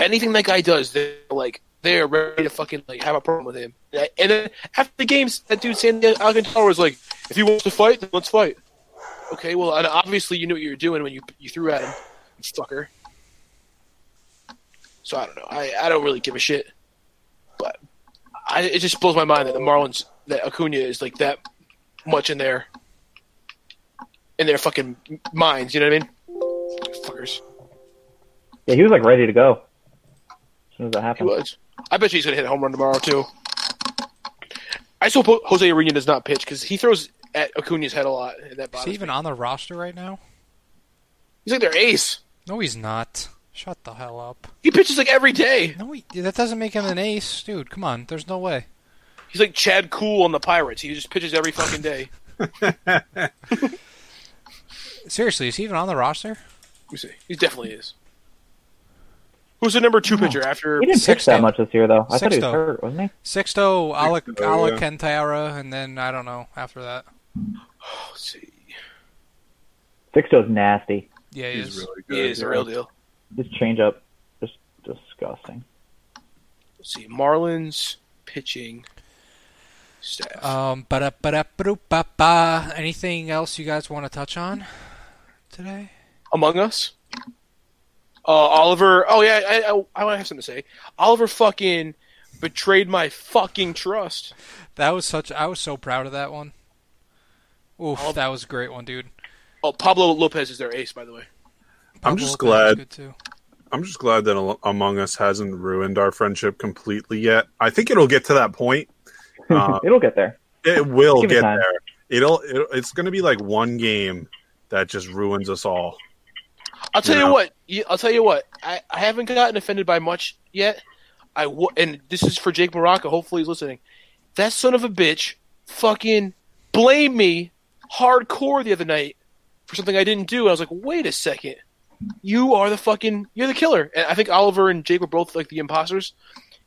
anything that guy does, they're like they're ready to fucking like have a problem with him. And then after the games, that dude Sandy Alcantara was like, "If he wants to fight, then let's fight." Okay, well, and obviously you knew what you were doing when you you threw at him, you fucker. So I don't know. I, I don't really give a shit. But I, it just blows my mind that the Marlins, that Acuna is like that much in their in their fucking minds. You know what I mean? Fuckers.
Yeah, he was like ready to go. As soon as that
He
happened.
was. I bet you he's gonna hit a home run tomorrow too. I just hope Jose Arena does not pitch because he throws at Acuna's head a lot. And that
Is
bothers
he even
me.
on the roster right now?
He's like their ace.
No, he's not. Shut the hell up.
He pitches like every day.
No, he, that doesn't make him an ace, dude. Come on, there's no way.
He's like Chad Cool on the Pirates. He just pitches every fucking day.
Seriously, is he even on the roster?
Let me see. He definitely is. Who's the number two pitcher after
He didn't pitch
Sixto.
that much this year though. I thought he was
Sixto.
hurt, wasn't he?
Sixto, Ala,
Sixto, yeah.
Ala Cantara, and then I don't know after that.
Let's see.
Sixto's nasty.
Yeah, he
He's
is.
really good.
He is the real deal.
His changeup, just disgusting.
Let's see. Marlins pitching staff.
Um, ba ba ba ba. Anything else you guys want to touch on today?
Among Us. Uh, Oliver. Oh yeah, I I, I want to have something to say. Oliver fucking betrayed my fucking trust.
That was such. I was so proud of that one. Oof, that was a great one, dude.
Oh, Pablo Lopez is their ace, by the way.
I'm
Pablo Lopez
just
was
glad
Good too.
I'm just glad that Al- Among Us hasn't ruined our friendship completely yet. I think it'll get to that point. Uh,
It'll get there.
it will
Give it
get
time.
there. It'll. It, it's going to be like one game that just ruins us all.
I'll tell
Yeah.
you what. you- I'll tell you what. I, I haven't gotten offended by much yet. I w- and this is for Jake Morocco. Hopefully he's listening. That son of a bitch fucking blamed me hardcore the other night for something I didn't do. I was like, wait a second. You are the fucking you're the killer. And I think Oliver and Jake were both like the imposters.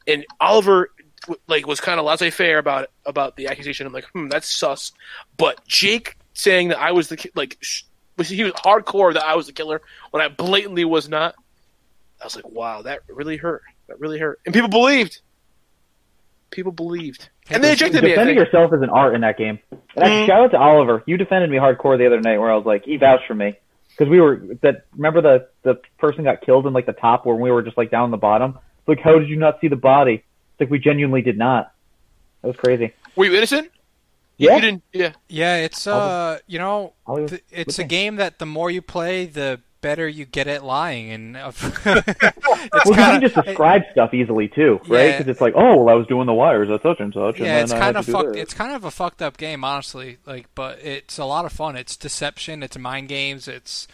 And Oliver w- like was kind of laissez faire about about the accusation. I'm like, hmm, that's sus. But Jake saying that I was the ki- like sh- was he was hardcore that I was the killer when I blatantly was not. I was like, wow, that really hurt. That really hurt, and people believed. People believed, and they ejected me. I
Defending
think.
yourself is an art in that game. And actually, shout out to Oliver. You defended me hardcore the other night, where I was like, he vouched for me because we were that. Remember the the person got killed in like the top, where we were just like down on the bottom. It's like, how did you not see the body? It's like we genuinely did not. That was crazy.
Were you innocent?
Yeah.
You didn't. Yeah.
Yeah, it's uh, you know,
I'll-
th- it's a
okay.
game that the more you play, the better you get at lying, and uh, it's
Well,
kind
you can just describe stuff easily too, right?
Yeah.
Because it's like, oh, well, I was doing the wires at such and such, and
yeah,
then
it's
I had
kind
to
of
do
fucked.
this.
It's kind of a fucked up game, honestly. Like, but it's a lot of fun. It's deception. It's mind games. It's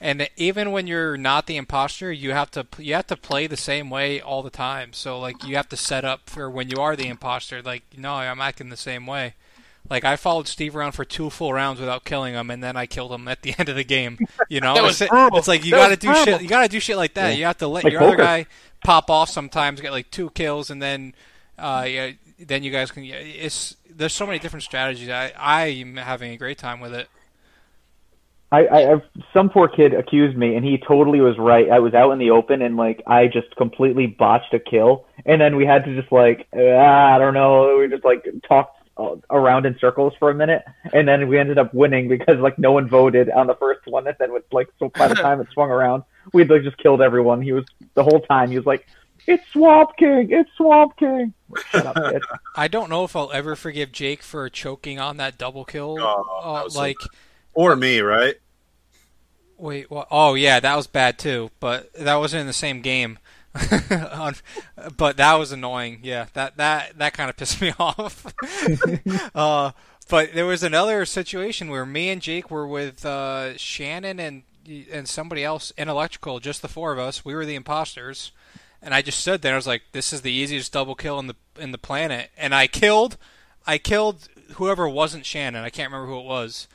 and even when you're not the imposter, you have to you have to play the same way all the time. So like, you have to set up for when you are the imposter. Like, no, I'm acting the same way. Like I followed Steve around for two full rounds without killing him, and then I killed him at the end of the game. You know,
That was
it's,
brutal.
it's like you
That
got to
was
do
brutal.
shit. You got to do shit like that. You have to let
Like
your other
poker.
guy pop off sometimes, get like two kills, and then uh, yeah, then you guys can. Yeah, it's there's so many different strategies. I I am having a great time with it.
I, I, I've, some poor kid accused me, and he totally was right. I was out in the open, and like I just completely botched a kill, and then we had to just like uh, I don't know, we just like talked uh, around in circles for a minute, and then we ended up winning because like no one voted on the first one, and then with like so by the time it swung around, we'd like just killed everyone. He was the whole time he was like, "It's Swamp King, it's Swamp King." Like, Shut up, kid.
I don't know if I'll ever forgive Jake for choking on that double kill.
Oh,
Uh,
that was so
like
Or me, right?
Wait, wha oh yeah, that was bad too, but that wasn't in the same game. On- but that was annoying. Yeah, that that that kind of pissed me off. uh, but there was another situation where me and Jake were with uh, Shannon and and somebody else in electrical, just the four of us. We were the imposters, and I just stood there. I was like, "This is the easiest double kill in the in the planet," and I killed. I killed whoever wasn't Shannon. I can't remember who it was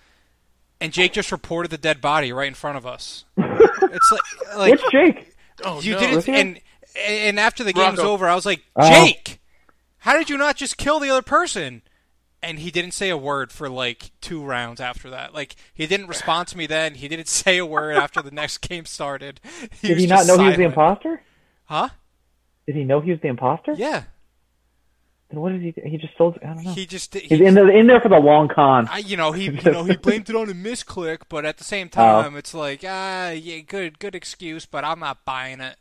and Jake just reported the dead body right in front of us. it's like, like
It's Jake.
Oh
you
no.
didn't. And and after the game was
Rocco.
over, I was like,
Oh.
Jake, how did you not just kill the other person? And he didn't say a word for like two rounds after that. Like he didn't respond to me then. He didn't say a word after the next game started. He
Did
was
he not
just
know he was the
silent.
imposter?
Huh?
Did he know he was the imposter?
Yeah.
Then what did he? do? He just sold. I don't know.
He just. He,
He's in there, in there for the long con.
I, you know, he you know he blamed it on a misclick, but at the same
Oh.
time, it's like ah, yeah, good good excuse, but I'm not buying it.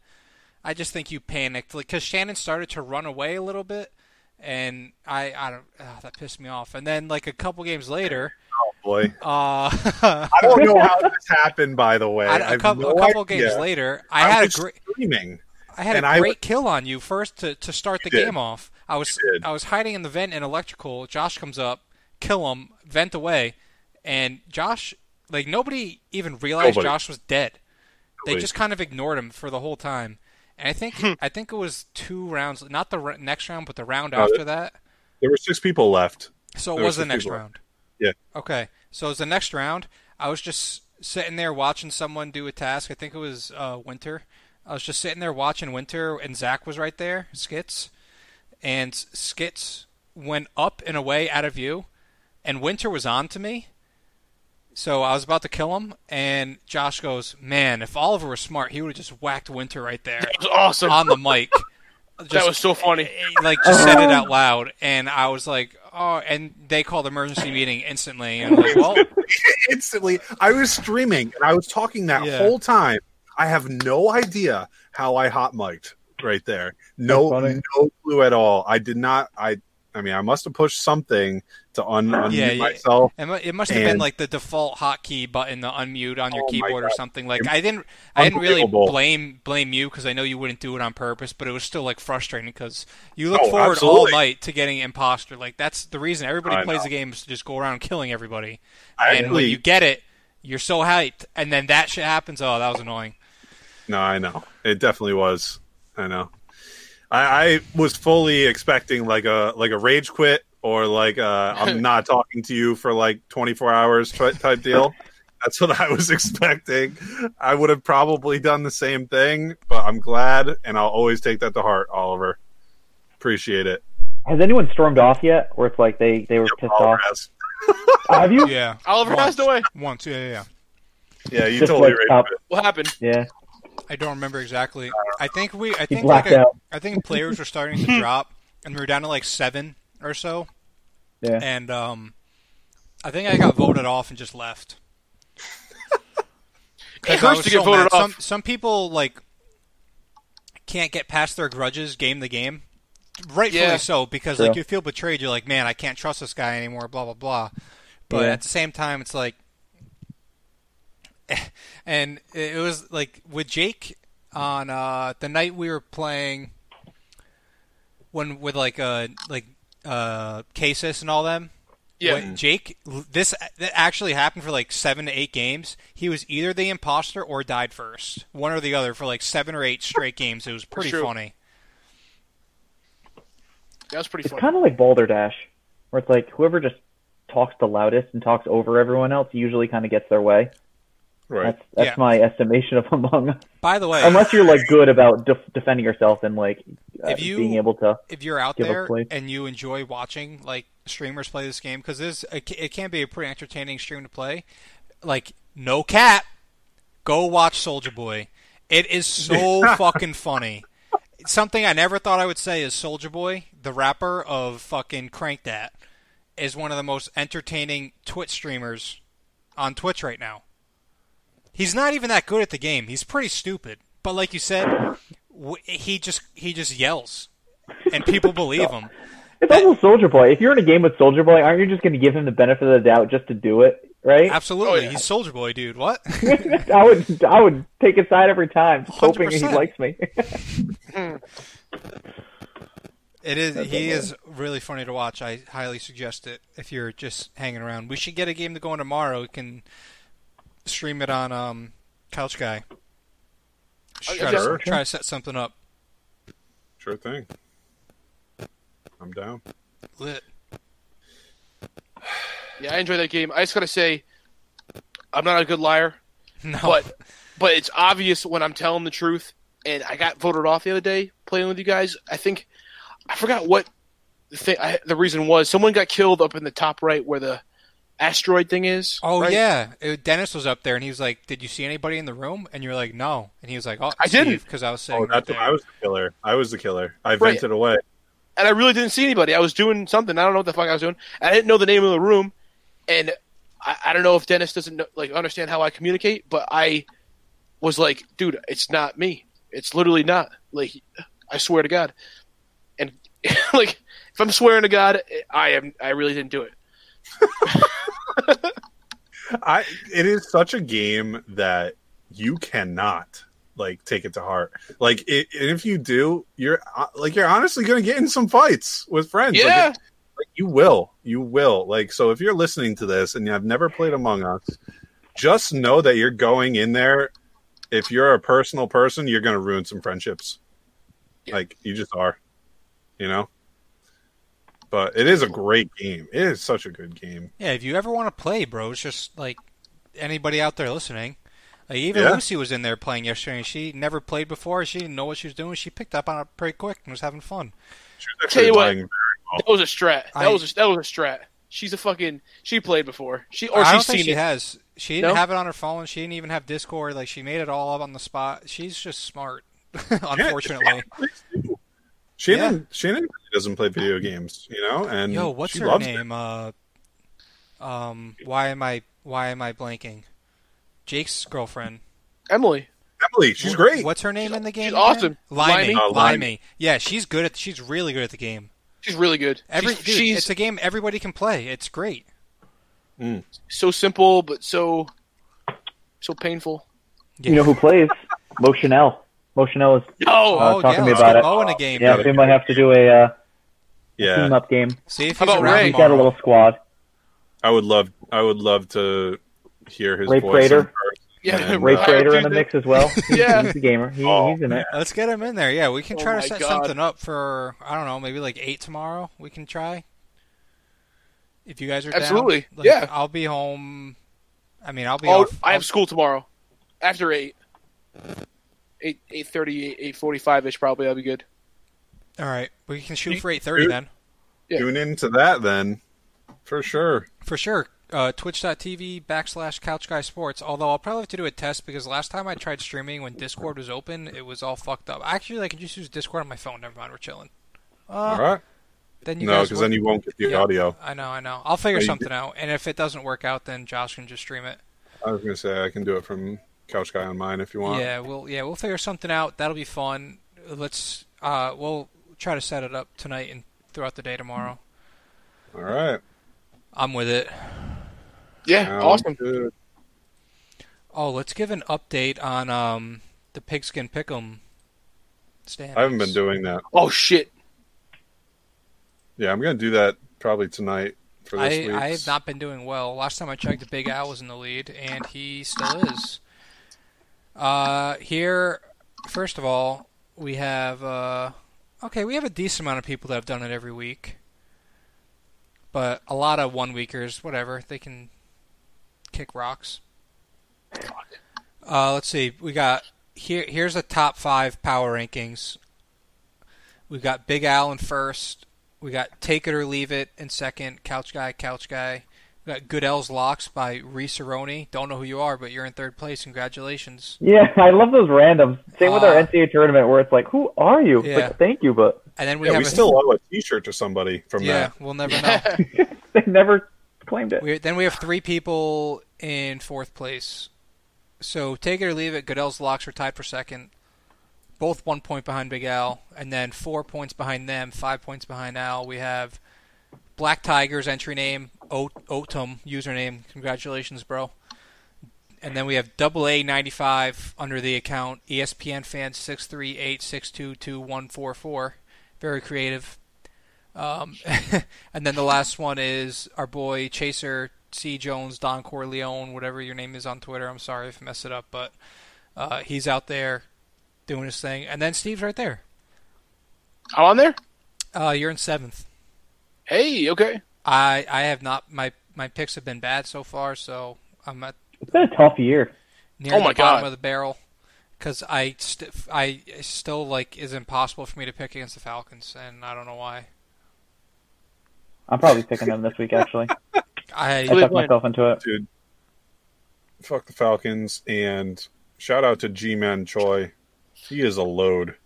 I just think you panicked, like because Shannon started to run away a little bit, and I I don't ah, that pissed me off. And then like a couple games later,
Oh boy,
uh,
I don't know how this happened. By the way,
I-
I
a
have
couple,
no
a couple
idea.
games later,
I
I had a
was
great
screaming.
I had
And
a
I-
great kill on you first to, to start the
You did.
game off. I was
You did.
I was hiding in the vent in electrical. Josh comes up, kill him, vent away, and Josh like nobody even realized
Nobody.
Josh was dead. They
Nobody. Hmm.
just kind of ignored him for the whole time. And I think I think it was two rounds, not the r- next round, but the round
Oh,
after that.
There were six people left.
So it
There
was
was
the
two
next
people.
round.
Yeah.
Okay. So it was the next round. I was just sitting there watching someone do a task. I think it was uh, Winter. I was just sitting there watching Winter, and Zach was right there, Skits. And Skits went up and away out of view, and Winter was on to me. So I was about to kill him, and Josh goes, Man, if Oliver was smart, he would have just whacked Winter right there
That was awesome.
on the mic.
that
Just-
was so funny.
like just
Oh.
said it out loud, and I was like, "Oh!" And they called emergency meeting instantly, and I'm like, "Well,
Instantly, I was streaming and I was talking that
Yeah.
whole time. I have no idea how I hot mic'd right there. No,
That's funny.
no clue at all. I did not. I. I mean, I must have pushed something to un- unmute
Yeah, yeah.
myself.
it mu- it must have been
And-
like the default hotkey button to unmute on your
Oh my
keyboard or
God.
something." Like I didn't, I didn't really
Unbelievable.
blame blame you because I know you wouldn't do it on purpose, but it was still like frustrating because you look
Oh,
forward all
absolutely.
night to getting imposter. Like that's the reason everybody
I
plays
know.
the game is to just go around killing everybody,
I
and when
really-
you get it, you're so hyped, and then that shit happens. Oh, that was annoying.
No, I know. It definitely was. I know. I, I was fully expecting like a like a rage quit or like i I'm not talking to you for like 24 hours ty- type deal. That's what I was expecting. I would have probably done the same thing, but I'm glad and I'll always take that to heart, Oliver. Appreciate it.
Has anyone stormed off yet? Where it's like they they were pissed
Oliver
off.
has-
Have you?
Yeah,
Oliver
Once.
passed away.
once, yeah, yeah. yeah.
Yeah, you
Just
totally
like
right.
top-
What happened?
Yeah,
I don't remember exactly. I think we. I
he
think like
blacked
a,
out.
I think players were starting to drop, and we were down to like seven or so.
Yeah.
And um, I think I got voted off and just left. 'Cause
It
I
hurts
was
to get
so
voted
mad. Some,
off.
some people like can't get past their grudges, game the game. Rightfully
Yeah.
so, because
True.
like you feel betrayed. You're like, man, I can't trust this guy anymore. Blah blah blah. But
Yeah.
at the same time, it's like, and it was like with Jake on uh, the night we were playing when with like uh like uh Casis and all them.
Yeah. Mm.
When Jake, this that actually happened for like seven to eight games. He was either the imposter or died first, one or the other, for like seven or eight straight games. It was pretty
True.
funny.
That was pretty
it's
funny.
kind of like Balderdash, where it's like whoever just talks the loudest and talks over everyone else usually kind of gets their way.
Right.
That's that's
Yeah.
my estimation of Among Us.
By the way,
Unless you're like good about def- defending yourself and like uh,
If you-
being able to.
if you're out
Give a
there
play.
and you enjoy watching like streamers play this game because this it ca- it can be a pretty entertaining stream to play. Like no cap, go watch Soldier Boy. It is so fucking funny. Something I never thought I would say is Soldier Boy, the rapper of fucking Crank That, is one of the most entertaining Twitch streamers on Twitch right now. He's not even that good at the game. He's pretty stupid. But like you said, w- he just he just yells and people believe him.
It's also Soldier Boy. If you're in a game with Soldier Boy, aren't you just going to give him the benefit of the doubt just to do it, right?
Absolutely,
yeah.
he's Soldier Boy, dude. What?
I would I would take his side every time, just hoping he
100%.
likes me.
it is. He
hilarious.
is really funny to watch. I highly suggest it if you're just hanging around. We should get a game to go on tomorrow. We can stream it on um, Couch Guy. Should Try to,
Sure.
try to set something up.
Sure thing. I'm down.
Lit.
Yeah, I enjoy that game. I just gotta say, I'm not a good liar,
No,
but but it's obvious when I'm telling the truth. And I got voted off the other day playing with you guys. I think I forgot what the thing, I, the reason was. Someone got killed up in the top right where the asteroid thing is.
oh
right?
yeah, It- Dennis was up there and he was like, "Did you see anybody in the room?" And you're like, "No," and he was like, "Oh,
I didn't.
because I was sitting
Oh,
right
that's
there."
I was the killer. I was the killer. I
Right.
vented away.
and I really didn't see anybody. I was doing something. I don't know what the fuck I was doing. I didn't know the name of the room, and I, I don't know if Dennis doesn't know, like understand how I communicate, but I was like, dude, it's not me. It's literally not. Like, I swear to God, and like if I'm swearing to God, I am. I really didn't do it.
I it is such a game that you cannot like take it to heart. Like it, and if you do, you're uh, like you're honestly going to get in some fights with friends. Like,
Yeah.
it- like, you will. You will. Like so if you're listening to this and you have never played Among Us, just know that you're going in there if you're a personal person, you're going to ruin some friendships.
Yeah.
Like you just are. You know? But it is a great game. It is such a good game.
Yeah, if you ever want to play, bro, it's just like anybody out there listening. Like even
Yeah.
Lucy was in there playing yesterday, and she never played before. She didn't know what she was doing. She picked up on it pretty quick and was having fun.
She was actually
Tell you what.
lying
That was a strat. That
I-
was a, that was a strat. She's a fucking. She played before. She or
I don't
Oh, she's
think
seen
she
it.
has. She didn't
No?
have it on her phone. She didn't even have Discord. Like she made it all up on the spot. She's just smart, unfortunately.
Shannon Shannon really doesn't play video games, you know, and
Yo, what's
she
her
loves
name? Uh, um, why am I why am I blanking? Jake's girlfriend.
Emily.
it. Emily. She's great.
What's her name in the game?
she's
again?
awesome.
Limey.
Limey?
Oh, Limey.
Limey. Yeah, she's good at. She's really good at the game.
She's really good.
Every
she's,
dude,
she's
it's a game everybody can play. It's great.
Uh,
so simple, but so so painful.
You know who plays? Mo Chanel. Mo Chanel is
Oh,
Uh, talking
yeah,
to me
let's
about
get
it.
Mo in a game.
yeah.
dude.
We might have to do a uh,
Yeah,
team up game.
See if
How
he's
about
around
Ray?
We got a
tomorrow.
little squad.
I would love. I would love to hear his
Ray
voice.
Prater.
in person.
yeah,
And,
Ray
uh,
Prater in the mix as well.
Yeah.
he's a gamer. He,
Oh,
he's in it.
Let's get him in there. Yeah, we can
Oh
try to
my
set
God.
something up for I don't know, maybe like eight tomorrow. We can try. If you guys are down.
Absolutely.
Like,
Yeah.
I'll be home. I mean, I'll be.
Oh,
off.
I have school tomorrow after eight. Eight eight thirty, eight forty five ish probably. I'll be good.
All right, we can shoot
You-
for eight thirty
Dude.
then,
Tune into that then, for sure.
for sure. uh, twitch.tv backslash couch guy sports. Although I'll probably have to do a test because last time I tried streaming when Discord was open, it was all fucked up. Actually, I can just use Discord on my phone. Never mind, we're chilling.
All right.
Then Uh, you
No,
guys
because
will-
then you won't get the
Yeah.
audio.
I know, I know. I'll figure
Yeah, you
something out. And if it doesn't work out, then Josh can just stream it.
I was gonna say I can do it from Couch Guy on mine if you want.
Yeah, we'll yeah we'll figure something out. That'll be fun. Let's uh we'll try to set it up tonight and throughout the day tomorrow.
All right.
I'm with it.
Yeah,
Sounds
awesome.
good.
Oh, let's give an update on um the pigskin pick'em stand.
I haven't been doing that.
Oh shit.
Yeah, I'm gonna do that probably tonight for this
I,
week.
I have not been doing well. Last time I checked, the Big Al was in the lead, and he still is. Uh, here, first of all, we have uh, okay, we have a decent amount of people that have done it every week, but a lot of one weekers, whatever, they can kick rocks. Uh, let's see, we got here. Here's the top five power rankings. We've got Big Al in first. We got Take It or Leave It in second. Couch Guy, Couch Guy. We got Goodell's Locks by Reese Aroni. Don't know who you are, but you're in third place. Congratulations.
Yeah, I love those randoms. Same with our
Uh,
NCAA tournament where it's like, who are you?
Yeah.
Like, thank you, but
And then we
yeah,
have
we
a,
still owe a T-shirt to somebody from
yeah,
that.
we'll never know.
they never claimed it.
we, then we have three people in fourth place. So Take It or Leave It, Goodell's Locks are tied for second. Both one point behind Big Al, and then four points behind them, five points behind Al. We have Black Tigers entry name, Ot- Otum username. Congratulations, bro. And then we have double A ninety five under the account E ESPN fan six three eight six two two one four four. Very creative. Um, and then the last one is our boy Chaser C Jones Don Corleone, whatever your name is on Twitter. I'm sorry if I mess it up, but uh, he's out there doing his thing. And then Steve's right there.
I'm on there?
Uh, you're in seventh.
Hey, okay.
I I have not my my picks have been bad so far, so I'm at
It's been a tough year.
near
Oh
the
my
bottom
God.
of the barrel because I st- I it still like is impossible for me to pick against the Falcons, and I don't know why.
I'm probably picking them this week, actually. I
Who
I
they
talked
playing?
myself into it.
Dude, fuck the Falcons and shout out to G-Man Choi. He is a load.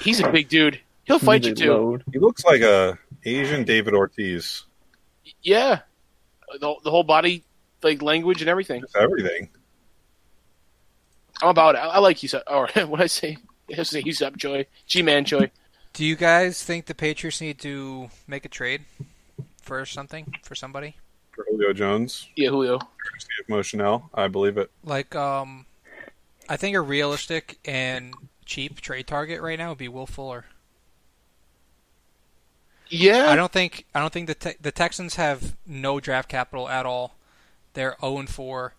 He's a big dude. He'll fight you
Easy
too.
load.
He looks like a Asian David Ortiz.
Yeah. The, the whole body, like language and everything.
It's everything.
I'm about it. I, I like Hesop. Or what I say? I say Hesop Joy. G Man Joy.
do you guys think the Patriots need to make a trade for something for somebody?
For Julio Jones,
Yeah, Julio.
courtesy of Motionel. I believe it.
Like, um, I think a realistic and cheap trade target right now would be Will Fuller. I
Yeah.
don't think I don't think the te- the Texans have no draft capital at all. They're zero and four.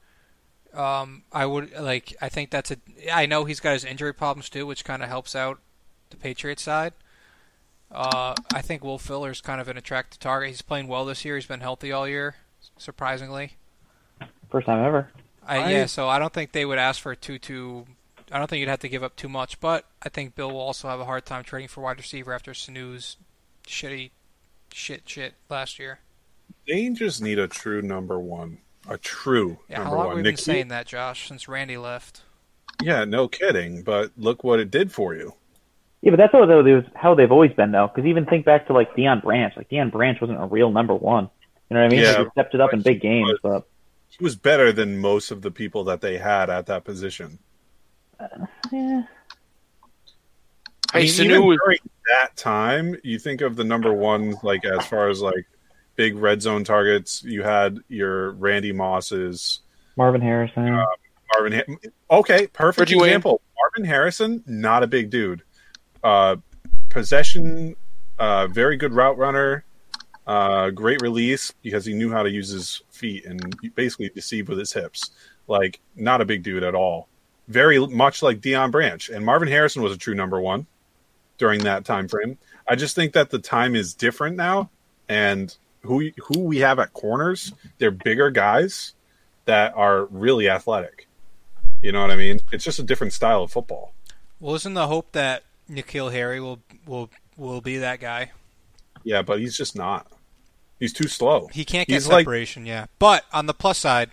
Um, I would like. I think that's a. I know he's got his injury problems too, which kind of helps out the Patriots side. Uh, I think Will Fuller's kind of an attractive target. He's playing well this year. He's been healthy all year, surprisingly.
First time ever.
I,
I-
yeah, so I don't think they would ask for two two. I don't think you'd have to give up too much, but I think Bill will also have a hard time trading for wide receiver after Sanu's shitty shit shit last year.
They just need a true number one. A true
Yeah,
number
how long
one.
have we been
Nick-
saying that, Josh, since Randy left?
Yeah, no kidding. But look what it did for you.
Yeah, but that's how they've, how they've always been, though. Because even think back to, like, Deion Branch. Like, Deion Branch wasn't a real number one. You know what I mean?
Yeah.
He just stepped it up in big games,
Right.
but
He was better than most of the people that they had at that position.
eh,
I
Hey,
mean,
Sanu
even
was.
during that time, you think of the number one, like as far as like big red zone targets. You had your Randy Mosses,
Marvin Harrison.
Marvin. Ha- okay, perfect
Reggie Wayne.
example. Marvin Harrison, not a big dude. Uh, possession, uh, very good route runner, uh, great release because he knew how to use his feet and basically deceive with his hips. Like, not a big dude at all. Very much like Dion Branch and Marvin Harrison was a true number one during that time frame. I just think that the time is different now, and who who we have at corners, they're bigger guys that are really athletic. You know what I mean? It's just a different style of football.
Well, isn't the hope that Nikhil Harry will will will be that guy?
Yeah, but he's just not. He's too slow.
He can't get
He's like-
separation, yeah. But on the plus side,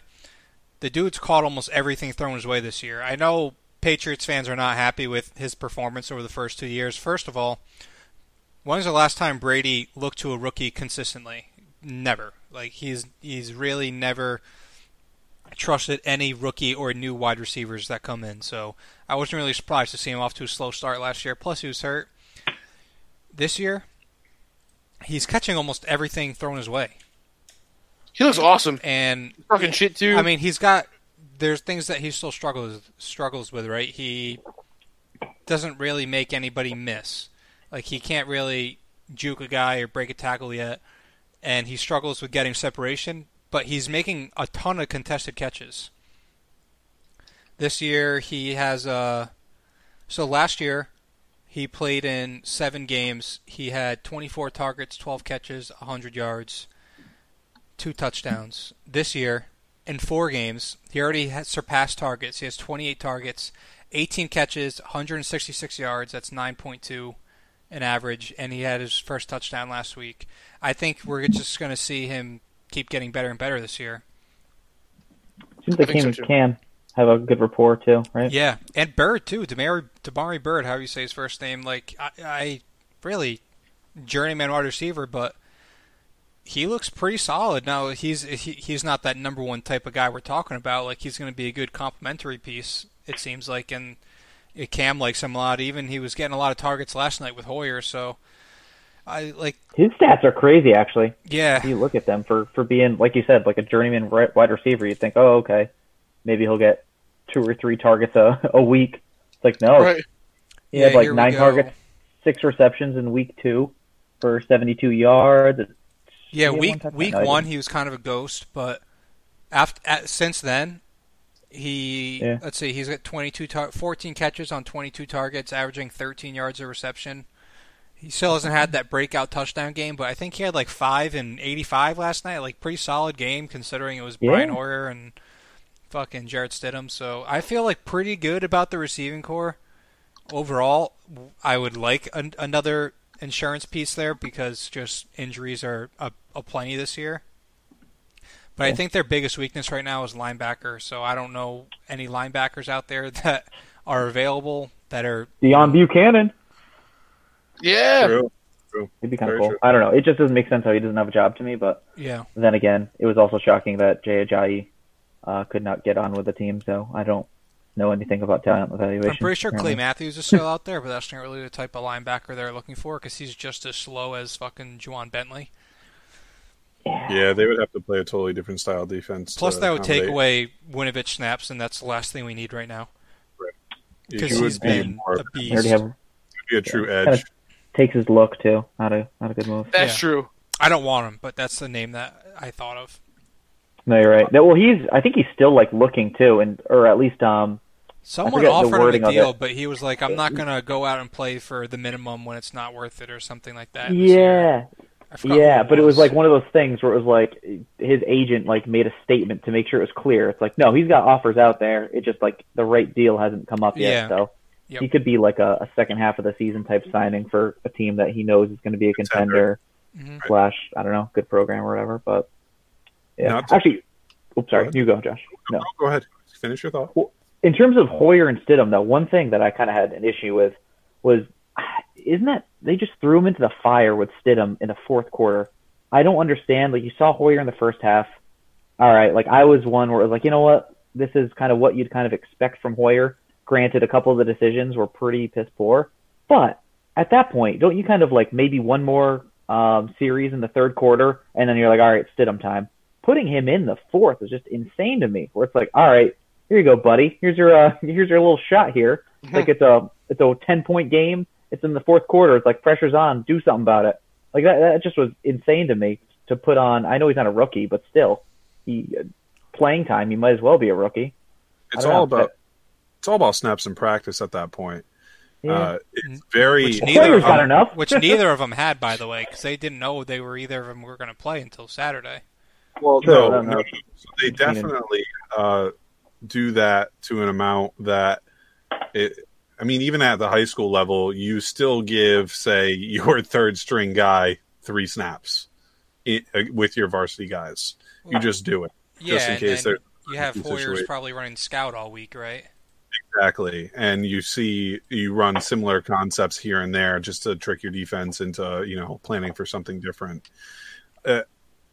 the dude's caught almost everything thrown his way this year. I know Patriots fans are not happy with his performance over the first two years. First of all, when was the last time Brady looked to a rookie consistently? Never. Like he's he's really never trusted any rookie or new wide receivers that come in. So I wasn't really surprised to see him off to a slow start last year. Plus he was hurt. This year, he's catching almost everything thrown his way.
He looks awesome.
And
Fucking shit too.
I mean, he's got there's things that he still struggles struggles with, right? He doesn't really make anybody miss. Like he can't really juke a guy or break a tackle yet, and he struggles with getting separation. But he's making a ton of contested catches. This year he has uh so last year he played in 7 games. He had 24 targets, 12 catches, 100 yards, two touchdowns. This year in four games. He already has surpassed targets. He has 28 targets, 18 catches, 166 yards. That's 9.2 an average, and he had his first touchdown last week. I think we're just going to see him keep getting better and better this year.
Seems like
think
him
so,
and
too.
Cam have a good rapport too, right?
Yeah, and Bird too. Damari, Damari Bird, however you say his first name. Like I, I really journeyman wide receiver, but he looks pretty solid. Now he's he, he's not that number one type of guy we're talking about. Like he's going to be a good complementary piece. It seems like, and it, Cam likes him a lot. Even he was getting a lot of targets last night with Hoyer. So I like
His stats are crazy, actually.
yeah.
You look at them for for being, like you said, like a journeyman ri- wide receiver. You think, oh, okay, maybe he'll get two or three targets a, a week. It's like no,
right.
he had
Yeah,
like
here we
nine
go.
targets, six receptions in week two for seventy-two yards.
Yeah,
He had one
week
touchdown.
week
No, he
one
didn't.
he was kind of a ghost, but after at, since then he
Yeah.
let's see he's got 22 tar- 14 catches on 22 targets, averaging 13 yards of reception. He still hasn't had that breakout touchdown game, but I think he had like five and 85 last night, like pretty solid game considering it was Brian
Yeah.
Hoyer and fucking Jared Stidham. So I feel like pretty good about the receiving core overall. I would like an, another insurance piece there because just injuries are a, a plenty this year. But I think their biggest weakness right now is linebacker. So I don't know any linebackers out there that are available that are
Deion Buchanan.
Yeah.
True.
It'd be kind
Very
of cool.
true.
I don't know. It just doesn't make sense how he doesn't have a job to me. But
yeah.
then again, it was also shocking that Jay Ajayi uh, could not get on with the team. So I don't know anything about talent evaluation.
I'm pretty sure Clay
apparently.
Matthews is still out there, but that's not really the type of linebacker they're looking for because he's just as slow as fucking Juwan Bentley.
Yeah, they would have to play a totally different style of defense.
Plus,
to
that would take
accommodate.
away Winovich snaps, and that's the last thing we need right now because
He
he's
would be
been
more
a
of
They
beast.
already have
be a true
Kinda-
edge.
takes his look too. Not a not a good move.
That's
Yeah.
true.
I don't want him, but that's the name that I thought of.
No, you're right. That- well, he's I think he's still like looking too, and or at least um
Someone
forget the
offered him
wording
a
of
deal,
it.
but he was like, "I'm not gonna go out and play for the minimum when it's not worth it," or something like that. this year.
yeah
I forgot
yeah.
who
But it was like one of those things where it was like his agent like made a statement to make sure it was clear. It's like no, he's got offers out there. It just like the right deal hasn't come up yet,
Yeah.
so.
Yep.
He could be like a, a second half of the season type signing for a team that he knows is going to be a contender,
Contender.
Mhm.
slash I don't know, good program or whatever. But yeah,
Not to-
actually, oops, sorry,
Go ahead.
you go, Josh. No,
Oh, go ahead. Finish your thought.
in terms of Hoyer and Stidham, though, one thing that I kind of had an issue with was, isn't that they just threw him into the fire with Stidham in the fourth quarter? I don't understand. Like you saw Hoyer in the first half. All right, like I was one where it was like, you know what, this is kind of what you'd kind of expect from Hoyer. Granted, a couple of the decisions were pretty piss poor, but at that point, don't you kind of like maybe one more um, series in the third quarter, and then you're like, all right, Stidham time. Putting him in the fourth is just insane to me. Where it's like, all right, here you go, buddy. Here's your uh, here's your little shot here. It's Like it's a it's a ten point game. It's in the fourth quarter. It's like pressure's on. Do something about it. Like that that just was insane to me to put on. I know he's not a rookie, but still, he uh, playing time. He might as well be a rookie.
It's
don't
all
know,
about it's all about snaps and practice at that point. Uh, it's
Mm. Which
very
neither
Hoyer's
of
got
them-
enough.
which neither of them had, by the way, because they didn't know they were either of them were going to play until Saturday.
well.
No,
No,
no,
no,
no.
So they
Between them.
definitely uh, do that to an amount that it. I mean, even at the high school level, you still give, say, your third string guy three snaps. i uh, with your varsity guys. You just do it
Yeah,
just in
and
case
then
they're
you have
situation.
Hoyer's probably running scout all week, right?
exactly, and you see you run similar concepts here and there just to trick your defense into you know planning for something different. Uh,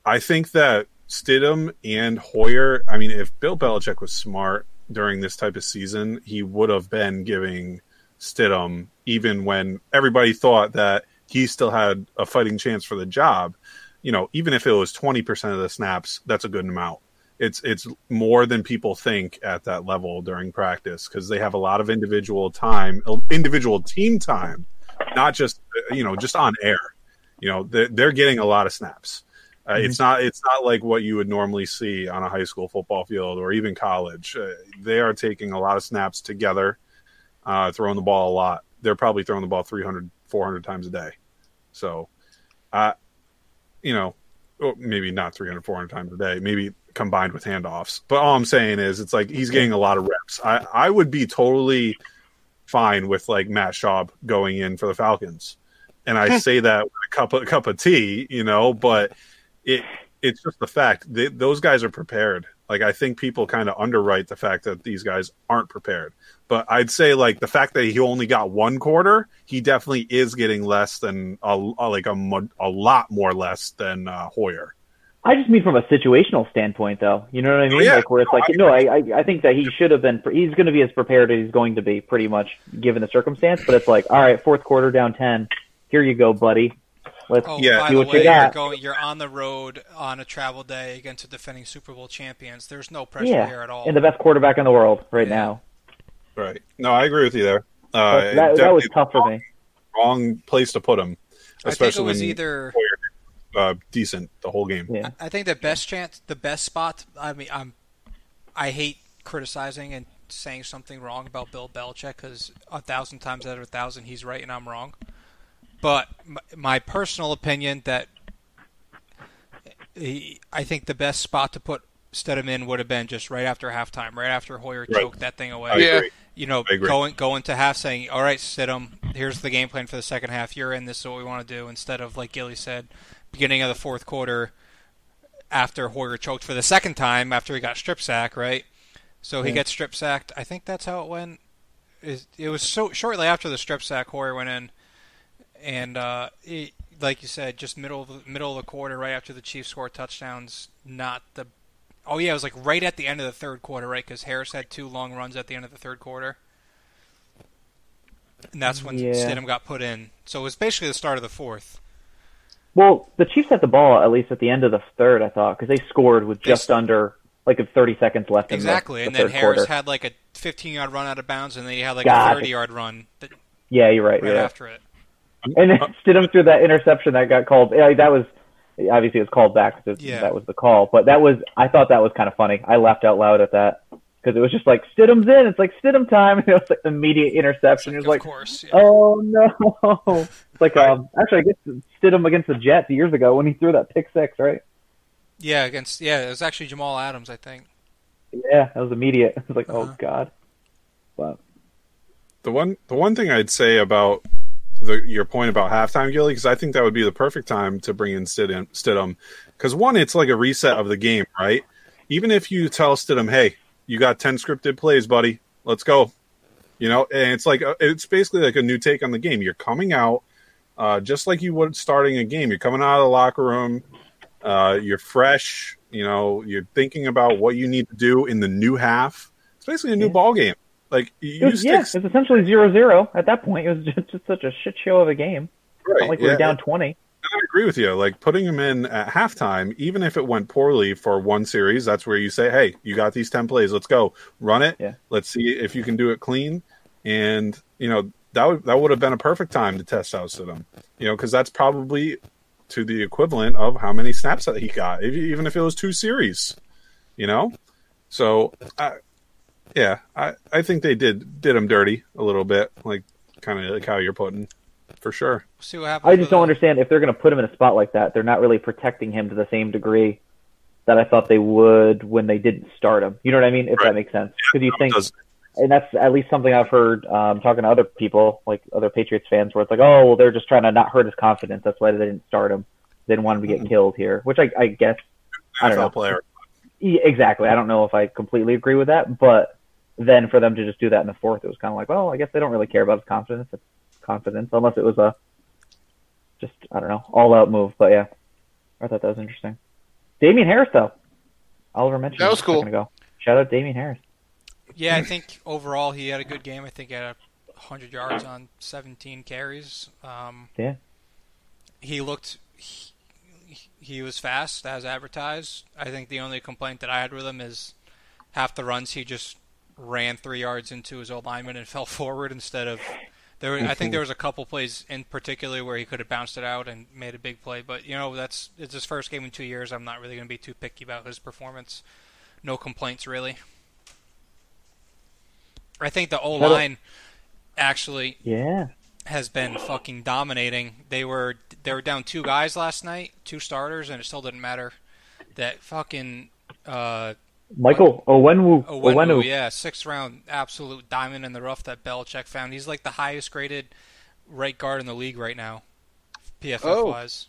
I think that Stidham and Hoyer. I mean, if Bill Belichick was smart during this type of season, he would have been giving Stidham even when everybody thought that he still had a fighting chance for the job. You know, even if it was twenty percent of the snaps, that's a good amount. It's it's more than people think at that level during practice because they have a lot of individual time, uh, individual team time, not just uh, you know just on air. You know, they're, they're getting a lot of snaps. Uh, It's not it's not like what you would normally see on a high school football field or even college. Uh, they are taking a lot of snaps together uh, throwing the ball a lot. They're probably throwing the ball 300, 400 times a day. So, uh, you know, well, Oh, maybe not 300, 400 times a day, maybe combined with handoffs. But all I'm saying is it's like he's getting a lot of reps. I, I would be totally fine with like Matt Schaub going in for the Falcons. And I say that with a cup of, a cup of tea, you know, but it it's just the fact that those guys are prepared. Like I think people kind of underwrite the fact that these guys aren't prepared. But I'd say like the fact that he only got one quarter, he definitely is getting less than a, a- like a mo- a lot more less than uh, Hoyer.
I just mean from a situational standpoint, though. You know what I mean?
yeah.
Like where it's
No,
like,
I-
no, I, I, I think that he should have been. He's going to be as prepared as he's going to be, pretty much, given the circumstance. But it's like, all right, fourth quarter down ten. Here you go, buddy. Let's
Oh,
Yeah.
by
See
the
what you
way, are
got.
going, you're on the road on a travel day against the defending Super Bowl champions. There's no pressure here
yeah,
at all.
and the best quarterback in the world right now.
Right. No, I agree with you there. Uh,
But that, that was
definitely
tough for me.
Wrong place to put him,
I think it
especially
was
when
either.
uh, decent the whole game.
Yeah.
I think the best chance, the best spot. I mean, I'm. I hate criticizing and saying something wrong about Bill Belichick because a thousand times out of a thousand he's right and I'm wrong. But my, my personal opinion that he, I think the best spot to put Stedham in would have been just right after halftime, right after Hoyer
Right.
choked that thing away.
I
Yeah.
agree.
you know,
I agree.
going going to half saying, "All right, Stidham, here's the game plan for the second half. You're in. This is what we want to do." Instead of like Gilly said, beginning of the fourth quarter, after Hoyer choked for the second time after he got strip sack, right? So he gets strip sacked. I think that's how it went. Is- It was so shortly after the strip sack Hoyer went in, and uh, he, like you said, just middle of the, middle of the quarter, right after the Chiefs scored touchdowns. Not the oh yeah, it was like right at the end of the third quarter, right? Because Harris had two long runs at the end of the third quarter, and that's when
Yeah.
Stidham got put in. So it was basically the start of the fourth.
Well, the Chiefs had the ball at least at the end of the third, I thought, because they scored with just under like 30 seconds left. in the-
Exactly,
the
and then
third
Harris
quarter.
had like a 15 yard run out of bounds, and then he had like
God.
a 30 yard run that,
Yeah, you're right.
right
you're right.
after it.
And then Stidham threw that interception that got called. Yeah, that was obviously it was called back. 'cause
Yeah.
That was the call. But that was I thought that was kind of funny. I laughed out loud at that because it was just like Stidham's in. It's like Stidham time. And it was like immediate interception. It was
of
like,
course, yeah.
oh no. It's like um, actually I guess Stidham against the Jets years ago when he threw that pick six, right?
yeah, against yeah, it was actually Jamal Adams, I think.
Yeah, that was immediate. It was like,
Uh-huh.
oh god. But
The one the one thing I'd say about the, your point about halftime, Gilly, because I think that would be the perfect time to bring in Stidham. Stidham, because one, it's like a reset of the game, right? Even if you tell Stidham, "Hey, you got ten scripted plays, buddy. Let's go," you know, and it's like a, it's basically like a new take on the game. You're coming out uh, just like you would starting a game. You're coming out of the locker room. Uh, you're fresh. You know, you're thinking about what you need to do in the new half. It's basically a new ball game. Like
it
you
was,
stick
yeah, it was essentially zero zero at that point. It was just, just such a shit show of a game. It's
Right,
not like we
yeah.
were down twenty.
I agree with you. Like putting him in at halftime, even if it went poorly for one series, that's where you say, "Hey, you got these ten plays. Let's go, run it.
Yeah.
Let's see if you can do it clean." And you know that would that would have been a perfect time to test out Stidham. You know, because that's probably to the equivalent of how many snaps that he got, if, even if it was two series. You know, so I, yeah, I I think they did did him dirty a little bit, like kind of like how you're putting, for sure.
We'll see what happens.
I just
with uh,
don't
the-
understand if they're going to put him in a spot like that. They're not really protecting him to the same degree that I thought they would when they didn't start him. You know what I mean? If
Right.
that makes sense, because you
That
think,
does-
and that's at least something I've heard um, talking to other people, like other Patriots fans, where it's like, oh, well, they're just trying to not hurt his confidence. That's why they didn't start him. They didn't want him to get killed here, which I, I guess I don't know.
NFL player.
yeah, exactly. I don't know if I completely agree with that, but then for them to just do that in the fourth, it was kind of like, well, I guess they don't really care about his confidence, confidence, unless it was a just I don't know all out move. But yeah, I thought that was interesting. Damian Harris though, Oliver mentioned
That
him
was
a
cool.
second ago. Shout out Damian Harris.
Yeah, I think overall he had a good game. I think he had a hundred yards on seventeen carries. Um,
Yeah.
he looked he, he was fast as advertised. I think the only complaint that I had with him is half the runs he just ran three yards into his old lineman and fell forward instead of there. Were, I think there was a couple plays in particular where he could have bounced it out and made a big play, but you know that's it's his first game in two years. I'm not really going to be too picky about his performance. No complaints really. I think the O line actually
Yeah,
has been fucking dominating. They were they were down two guys last night, two starters, and it still didn't matter. That fucking uh,
Michael Owenwu.
Owenu,
Owenu.
yeah, sixth round absolute diamond in the rough that Belichick found. He's like the highest graded right guard in the league right now, PFF
Oh.
wise.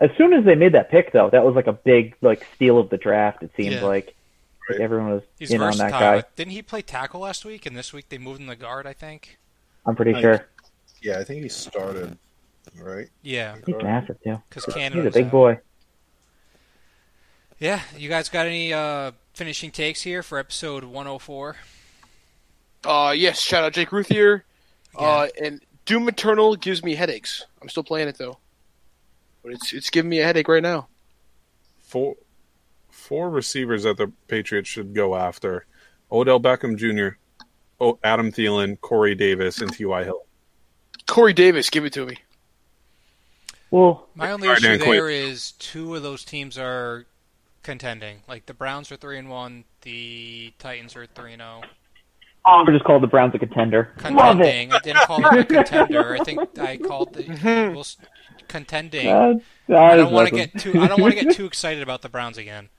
As soon as they made that pick, though, that was like a big like steal of the draft. It seems
Yeah.
like Like,
Right.
everyone was
He's
in on
versatile.
that guy.
Didn't he play tackle last week? And this week they moved him to guard. I think.
I'm pretty
Nice.
sure.
Yeah, I think he started, right?
Yeah,
He's massive too.
because Cannon.
He's a
was
big
out.
boy.
Yeah, you guys got any uh, finishing takes here for episode 104?
Uh, yes, shout out Jake Ruthier. Uh, and Doom Eternal gives me headaches. I'm still playing it though, but it's it's giving me a headache right now.
Four, four receivers that the Patriots should go after: Odell Beckham Jr., o- Adam Thielen, Corey Davis, and T.Y. Hill.
Corey Davis, give it to me.
Well,
My only
All right,
issue
Dan, quick.
there is two of those teams are contending. Like the Browns are three and one, the Titans are three and oh. zero.
I'm just called the Browns a contender. Love it.
Contending. I didn't call them a contender. I think I called the well, s- contending. I don't want to get too. I don't want to get too excited about the Browns again.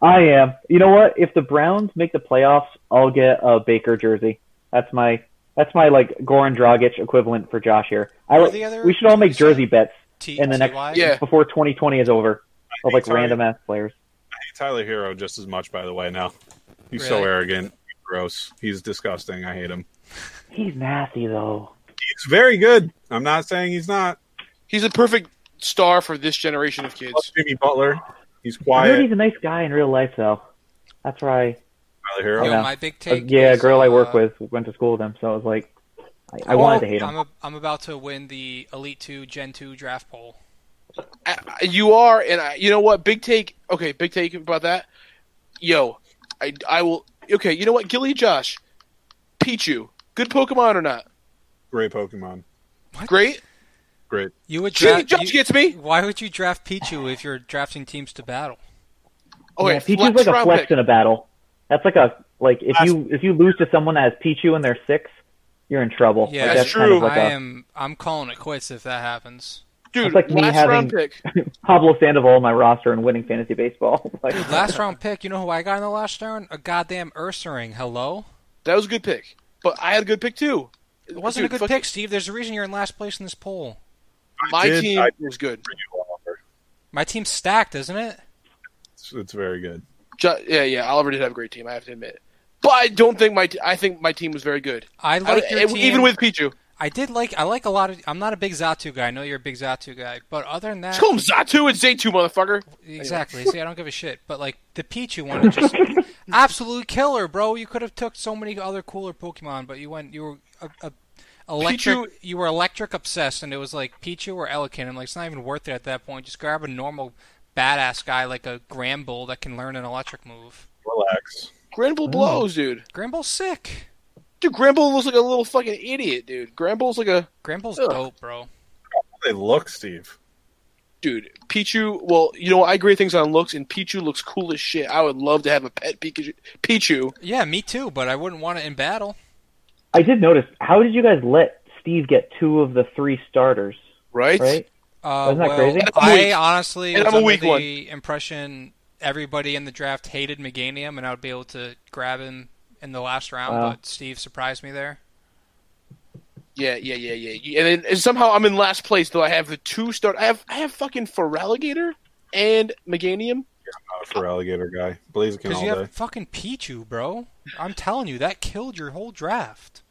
I am. You know what? If the Browns make the playoffs, I'll get a Baker jersey. That's my that's my like Goran Dragic equivalent for Josh here. I
What are the other
we should all make
teams you said?
jersey bets
T-
in the next
TY?
Yeah.
before 2020 is over of like
Sorry.
random ass players.
hate Tyler Hero just as much, by the way. Now he's so
Really?
arrogant, gross. He's disgusting. I hate him.
He's nasty though.
He's very good. I'm not saying he's not.
He's a perfect star for this generation of
Plus
kids.
Jimmy Butler. He's
I heard
quiet.
he's a nice guy in real life though. That's right.
Tyler
Yo,
Hero.
Yeah.
my big
Uh,
take.
yeah, a
is,
girl I work
uh, Oh,
with went to school with him, so I was like, I, I wanted to hate
I'm
him.
a, I'm about to win the Elite Two Gen Two draft poll.
I, I- you are, and I, you know what? Big take. Okay, big take about that. Yo, I, I will. Okay, you know what? Gilly Josh, Pichu, good Pokemon or not?
Great Pokemon.
Great.
Great.
You would
Gilly
draft.
Josh
you-
gets me.
why would you draft Pichu if you're drafting teams to battle?
Okay,
yeah, Pichu's
flex
like a
round
flex
pick.
in a battle. That's like a like if you if you lose to someone that has Pichu and they're six, you're in trouble.
Yeah,
like,
That's
Kind
true.
of like
I
a
am. I'm calling it quits if that happens.
Dude,
That's like me
last round
having-
pick.
Pablo Sandoval on my roster and winning fantasy baseball. like,
Dude, last round pick. You know who I got in the last round? A goddamn Ursaring. Hello.
That was a good pick, but I had a good pick too.
It wasn't
Dude,
a good
fucking-
pick, Steve. There's a reason you're in last place in this poll.
My
Did
team
I-
was good.
My team's stacked, isn't it?
It's, it's very good.
Ju- yeah, yeah. Oliver did have a great team. I have to admit, but I don't think my. T- I think my team was very good.
I
I, eh,
like your team.
even with Pichu,
I did like. I like a lot of. I'm not a big Zatu guy. I know you're a big Zatu guy, but other than that,
just call him Zatu and Zay two, motherfucker.
exactly. See, I don't give a shit. But like the Pichu one, is just absolute killer, bro. You could have took so many other cooler Pokemon, but you went. You were a, a electric.
Pichu-
You were electric obsessed, and it was like Pichu or Elekid. I'm like, it's not even worth it at that point. Just grab a normal badass guy like a Gramble that can learn an electric move.
Relax.
Granville blows, dude.
Gramble's sick.
Dude, Granville looks like a little fucking idiot, dude. Granville's like a
Gramble's
Ugh.
dope, bro.
They look, Steve.
dude. Pichu. Well, you know I grade things on looks, and Pichu looks cool as shit. I would love to have a pet Pikachu. Pichu.
Yeah, me too, but I wouldn't want it in battle.
I did notice. How did you guys let Steve get two of the three starters?
Right.
Right?
Uh,
Isn't that
well,
crazy?
I'm
I
weak.
honestly
And
was
I'm a
under
weak
the
one.
impression everybody in the draft hated Meganium, and I would be able to grab him in the last round,
Wow.
but Steve surprised me there.
Yeah, yeah, yeah, yeah. You- And, then, and somehow I'm in last place though. I have the two start. I have I have fucking Feraligatr and Meganium.
Not uh, for alligator guy. Blaziken
Because
all
you
day.
have fucking Pichu, bro. I'm telling you, that killed your whole draft.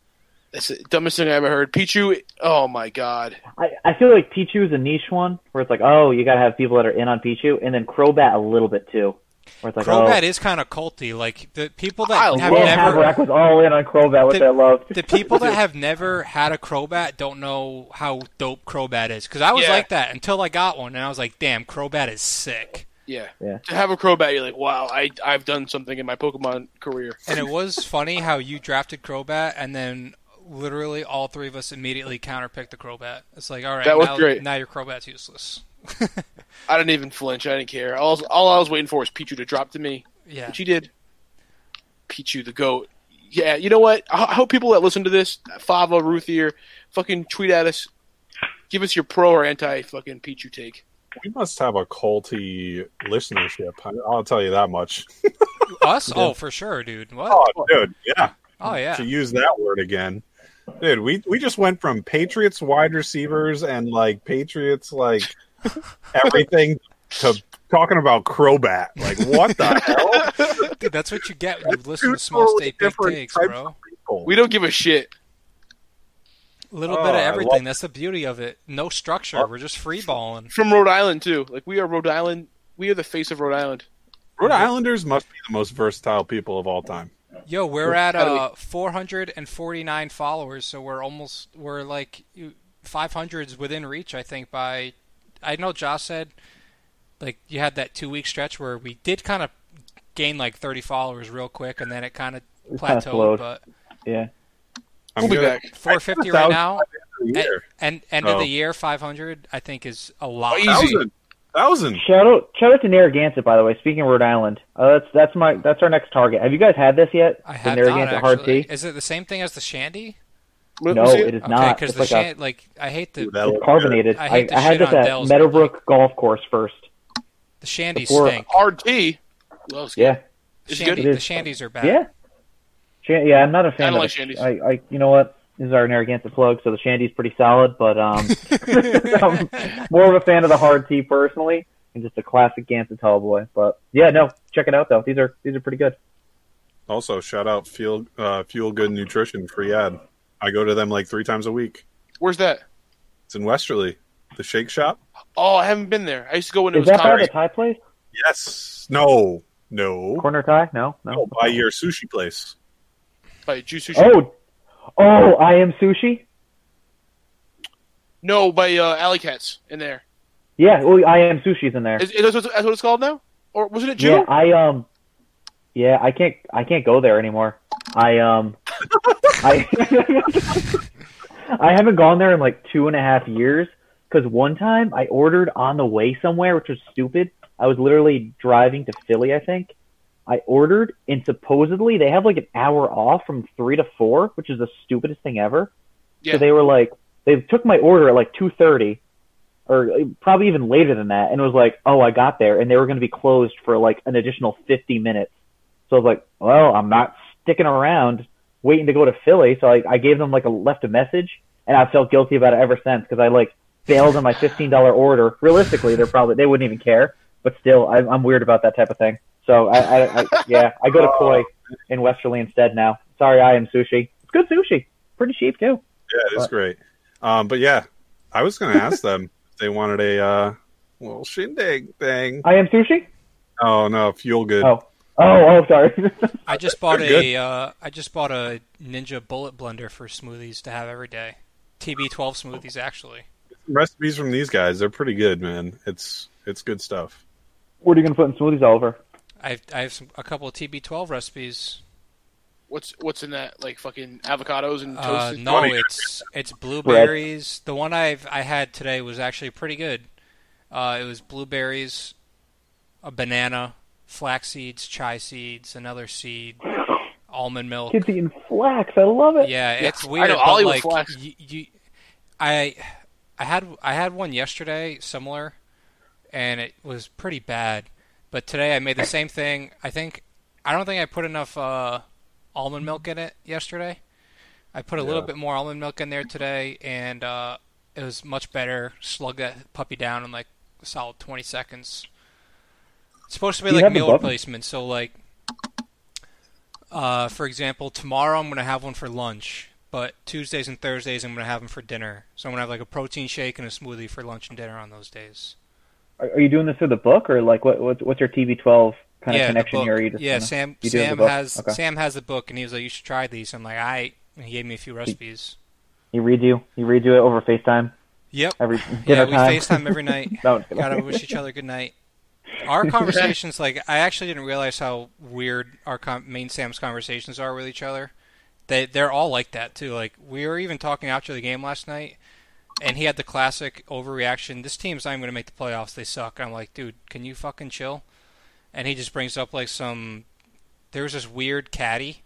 That's the dumbest thing I ever heard. Pichu. Oh my god.
I, I feel like Pichu is a niche one where it's like, oh, you gotta have people that are in on Pichu, and then Crobat a little bit too, where it's like,
Crobat
oh,
is kind of culty. Like the people that
I
have
love
yeah,
never
Habrack was all in on Crobat, which
The-
I loved.
the people that have never had a Crobat don't know how dope Crobat is. Because I was
Yeah.
like that until I got one, and I was like, damn, Crobat is sick.
Yeah.
Yeah.
To have a Crobat, you're like, wow, I I've done something in my Pokemon career.
And it was funny how you drafted Crobat, and then literally all three of us immediately counterpicked the Crobat. It's like, all right,
That was
now,
great.
now your Crobat's useless.
I didn't even flinch. I didn't care. All all I was waiting for was Pichu to drop to me,
yeah.
which he did. Pichu the goat. Yeah. You know what? I, I hope people that listen to this, Fava, Ruthier, fucking tweet at us. Give us your pro or anti fucking Pichu take.
We must have a culty listenership. I, I'll tell you that much.
Us? Oh, for sure, dude. What?
Oh,
Oh,
dude, yeah.
yeah.
To use that word again, dude, we we just went from Patriots wide receivers and like Patriots like everything to talking about Crobat. Like what the hell?
Dude, that's what you get when you listen
two
to small
totally
state big
different
takes,
types
bro.
People.
We don't give a shit.
A little
Oh,
bit of
I
everything.
love-
That's the beauty of it. No structure.
Oh.
We're just freeballing.
From Rhode Island too. Like we are Rhode Island. We are the face of Rhode Island.
Rhode Islanders must be the most versatile people of all time.
Yo, we're at
How do we-
uh, 449 followers, so we're almost we're like 500s within reach. I think by I know Josh said like you had that two week stretch where we did kind of gain like 30 followers real quick, and then it kind of
kinda
plateaued.
slowed.
But
Yeah,
I'm
We'll be
good at
back.
450 right now,
a
and,
year.
and end of
Oh.
the year 500, I think is
Oh,
a lot.
easy.
Thousand. Thousand.
shout out shout out to Narragansett by the way. Speaking of Rhode Island, uh, that's that's my that's our next target. Have you guys had this yet?
I
The
have not
Narragansett hard
actually.
tea?
Is it the same thing as the shandy?
Let-
No,
let's see
it is
okay,
not.
because
It's
the
like a,
shan- like I hate the
That'll-
it's carbonated.
I
I,
hate
I,
the
had
shit
this
on
at
Dell's, but
Meadowbrook Golf Course first.
the shandy
Before-
stink.
RT. Well, it's-
Yeah,
It's
Shandy,
good.
the shandies are bad.
yeah, Shan- yeah. I'm not a fan.
I don't
of
like
it.
shandies.
I, I, you know what? This is our Narragansett plug, so the shandy's pretty solid, but um, I'm more of a fan of the hard tea personally, and just a classic Gansett tall boy. But yeah, no, check it out though. These are these are pretty good.
Also, shout out Fuel uh, Fuel Good Nutrition free ad. I go to them like three times a week.
Where's that?
It's in Westerly, the Shake Shop.
Oh, I haven't been there. I used to go when it
Is
was
that by the
college.
Thai place?
Yes. No. No.
Corner Thai? No,
No.
Oh,
no.
By your sushi place.
By Juice Sushi.
Oh, oh, I am sushi.
No, by uh, Alley Cats in there.
Yeah, oh, I am sushi's in there.
Is, is that that's what it's called now? Or wasn't it
Yeah,
June?
I um, yeah, I can't, I can't go there anymore. I um, I, I haven't gone there in like two and a half years. Because one time I ordered on the way somewhere, which was stupid. I was literally driving to Philly, I think. I ordered, and supposedly they have like an hour off from three to four, which is the stupidest thing ever.
Yeah.
So they were like, they took my order at like two thirty, or uh, probably even later than that, and was like, oh, I got there, and they were going to be closed for like an additional fifty minutes. So I was like, well, I'm not sticking around waiting to go to Philly. So I, I gave them like a left a message, and I felt guilty about it ever since because I like bailed on my fifteen dollar order. Realistically, they're probably they wouldn't even care, but still, I, I'm weird about that type of thing. So I, I, I yeah, I go to Koi in Westerly instead now. Sorry, I am sushi. It's good sushi, pretty cheap too.
Yeah, it's
But-
great. Um, but yeah, I was going to ask them if they wanted a uh, little shindig thing.
I am sushi.
Oh no, Fuel Good.
Oh, oh, oh, sorry.
I just bought
They're good.
a uh, I just bought a Ninja Bullet Blender for smoothies to have every day. TB12 smoothies actually.
Recipes from these guys, they're pretty good, man. It's it's good stuff.
what are you gonna put in smoothies, Oliver?
I I have some, a couple of TB12 recipes.
What's what's in that? Like fucking avocados and toast.
Uh,
and-
no, it's it's blueberries. The one I've I had today was actually pretty good. Uh, it was blueberries, a banana, flax seeds, chai seeds, another seed, almond milk.
Kids eating flax. I love it.
Yeah, it's
I
weird.
know,
but
Ollie
like,
was flash.
y- you- I, I had I had one yesterday similar, and it was pretty bad. But today I made the same thing. I think I don't think I put enough uh, almond milk in it yesterday, I put a little bit more almond milk in there today, and uh, it was much better. Slug that puppy down in like a solid 20 seconds. It's supposed to be
Do you
like
have the
meal
button?
replacement, so like, uh, for example, tomorrow I'm gonna have one for lunch, but Tuesdays and Thursdays I'm gonna have them for dinner. So I'm gonna have like a protein shake and a smoothie for lunch and dinner on those days.
Are, are you doing this through the book or like what, what what's your TV12 kind
yeah,
of
the
connection
book.
here? You just
yeah,
kinda-
Sam.
you do
Sam
have the book?
has
Okay.
Sam has the book, and he was like, "You should try these." I'm like, "I." And he gave me a few recipes.
He reads you. He reads you over FaceTime
Yep.
every
Yeah,
dinner
we
time.
FaceTime every night.
No, I'm kidding.
Gotta wish each other good night. Our conversations, like, I actually didn't realize how weird our com- main Sam's conversations are with each other. They they're all like that too. Like we were even talking after the game last night, and he had the classic overreaction. This team's not even gonna make the playoffs. They suck. I'm like, dude, can you fucking chill? And he just brings up like some. There was this weird caddy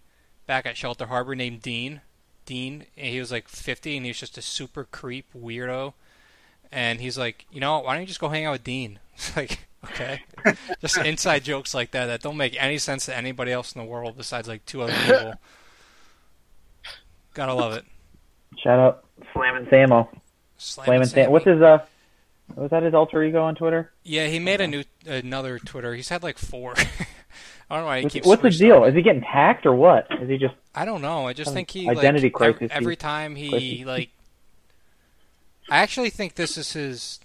back at Shelter Harbor named Dean. Dean, and he was like 50, and he was just a super creep weirdo and he's like, you know, why don't you just go hang out with Dean? It's like, okay, just inside jokes like that that don't make any sense to anybody else in the world besides like two other people. Gotta love it.
Shout out Flamin' Samo.
Slam
Flamin' Sam. What's his uh? Was that his alter ego on Twitter?
Yeah, he made a new another Twitter. He's had like four. I don't know why he
What's,
keeps.
what's his
switching
deal?
up.
Is he getting hacked or what? Is he just
I don't know. I just think he
Identity
like, ev-
crisis,
Every
he's-
time he
crisis.
like, I actually think this is his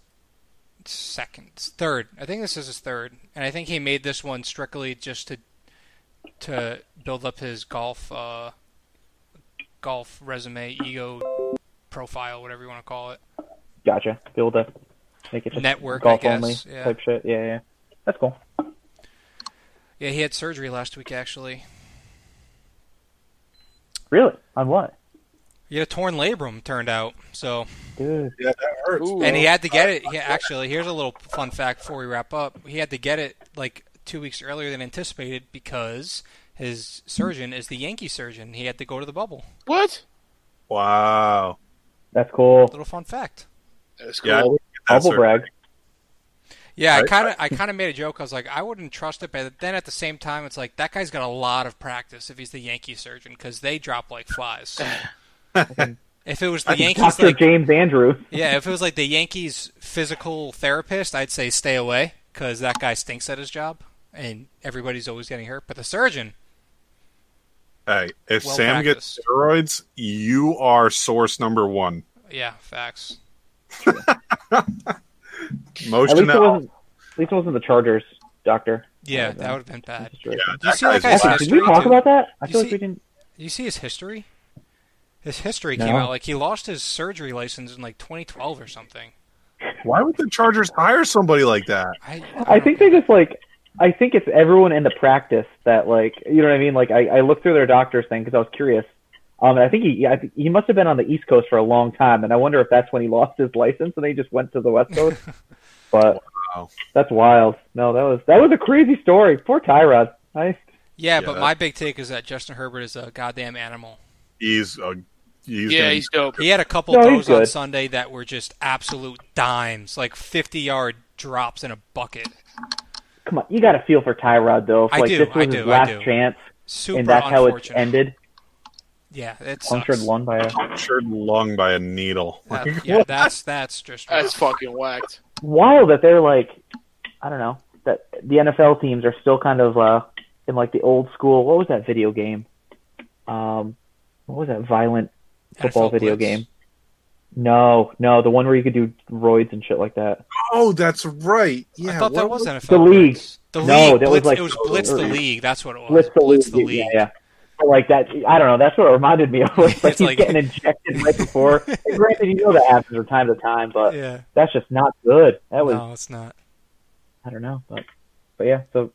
second, third. I think this is his third, and I think he made this one strictly just to to build up his golf uh, golf resume, ego profile, whatever you want to call it.
gotcha? Build a make it just
Network, I
golf
guess,
only
yeah.
type shit. Yeah, yeah. That's cool.
Yeah, he had surgery last week actually.
Really? On what?
He had a torn labrum, turned out. So
Dude,
Yeah, that hurts.
Ooh.
And he had to get it. He actually, here's a little fun fact before we wrap up. He had to get it like two weeks earlier than anticipated because his surgeon is the Yankee surgeon. He had to go to the bubble.
What?
Wow.
that's cool.
Little fun fact.
That's
Yeah. I
cool.
would get that
Bubble
surgery.
brag.
Yeah, I
Right.
kind of, I kind of made a joke. I was like, I wouldn't trust it, but then at the same time, it's like that guy's got a lot of practice if he's the Yankee surgeon because they drop like flies. if it was the Yankees,
Doctor
like,
James Andrews.
yeah, if it was like the Yankees' physical therapist, I'd say stay away because that guy stinks at his job, and everybody's always getting hurt. But the surgeon,
Hey, if
Well
Sam
practiced.
gets steroids, you are source number one.
yeah, facts.
At least
Motion
it
out.
wasn't. At least it wasn't the Chargers doctor.
Yeah,
Yeah,
that would have been bad.
That's right.
Do you see that
Actually,
guy's
Actually,
history?
did we talk
too?
about that? I
Uh, You
feel like
see-
we didn't.
You see his history? His history
No.
came out like he lost his surgery license in like 2012 or something.
Why would the Chargers hire somebody like that?
I,
I think they just like. I think it's everyone in the practice that like you know what I mean. Like I, I looked through their doctors thing because I was curious. Um, and I think he I think he must have been on the East Coast for a long time, and I wonder if that's when he lost his license and they just went to the West Coast. but
Wow.
that's wild. No, that was that was a crazy story. Poor Tyrod. I,
yeah,
Yeah,
but
that-
my big take is that Justin Herbert is a goddamn animal.
He's a he's
Yeah,
gonna-
he's dope.
He had a couple
No, he's
throws on
good.
Sunday that were just absolute dimes, like 50 yard drops in a bucket.
come on, you got to feel for Tyrod though. If,
I
like
do,
this was
I do,
his
I
last
do.
chance,
Super
and that's how
unfortunate.
it's ended.
Yeah, it
Punctured
sucks.
lung by a
punctured lung by a needle.
That- yeah, that's that's just
That's fucking whacked.
wild that they're like, I don't know, that the NFL teams are still kind of uh, in like the old school. What was that video game? Um, what was that violent football
NFL
video
Blitz.
game? No, no, the one where you could do roids and shit like that.
Oh, that's right. Yeah,
I thought that
what
was NFL.
The league.
Blitz. The league.
No, that was
Blitz,
like-
it was Blitz the
or-
league. That's what it was.
Blitz the league.
the
Yeah, yeah. But like that, I don't know. That's what it reminded me of. Like,
It's
he's
like-
getting injected right before. And granted, you know that happens from time to time, but
Yeah.
that's just not good. That was
No, it's not.
I don't know, but but yeah. So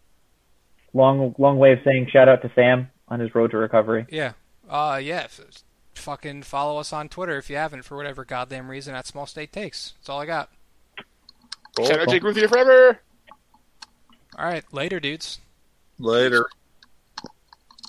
long long way of saying shout out to Sam on his road to recovery.
Yeah. Uh, yeah. f- fucking follow us on Twitter if you haven't for whatever goddamn reason. At Small State Takes. That's all I got.
Shout out Jake Ruth here forever.
All right, later, dudes.
Later.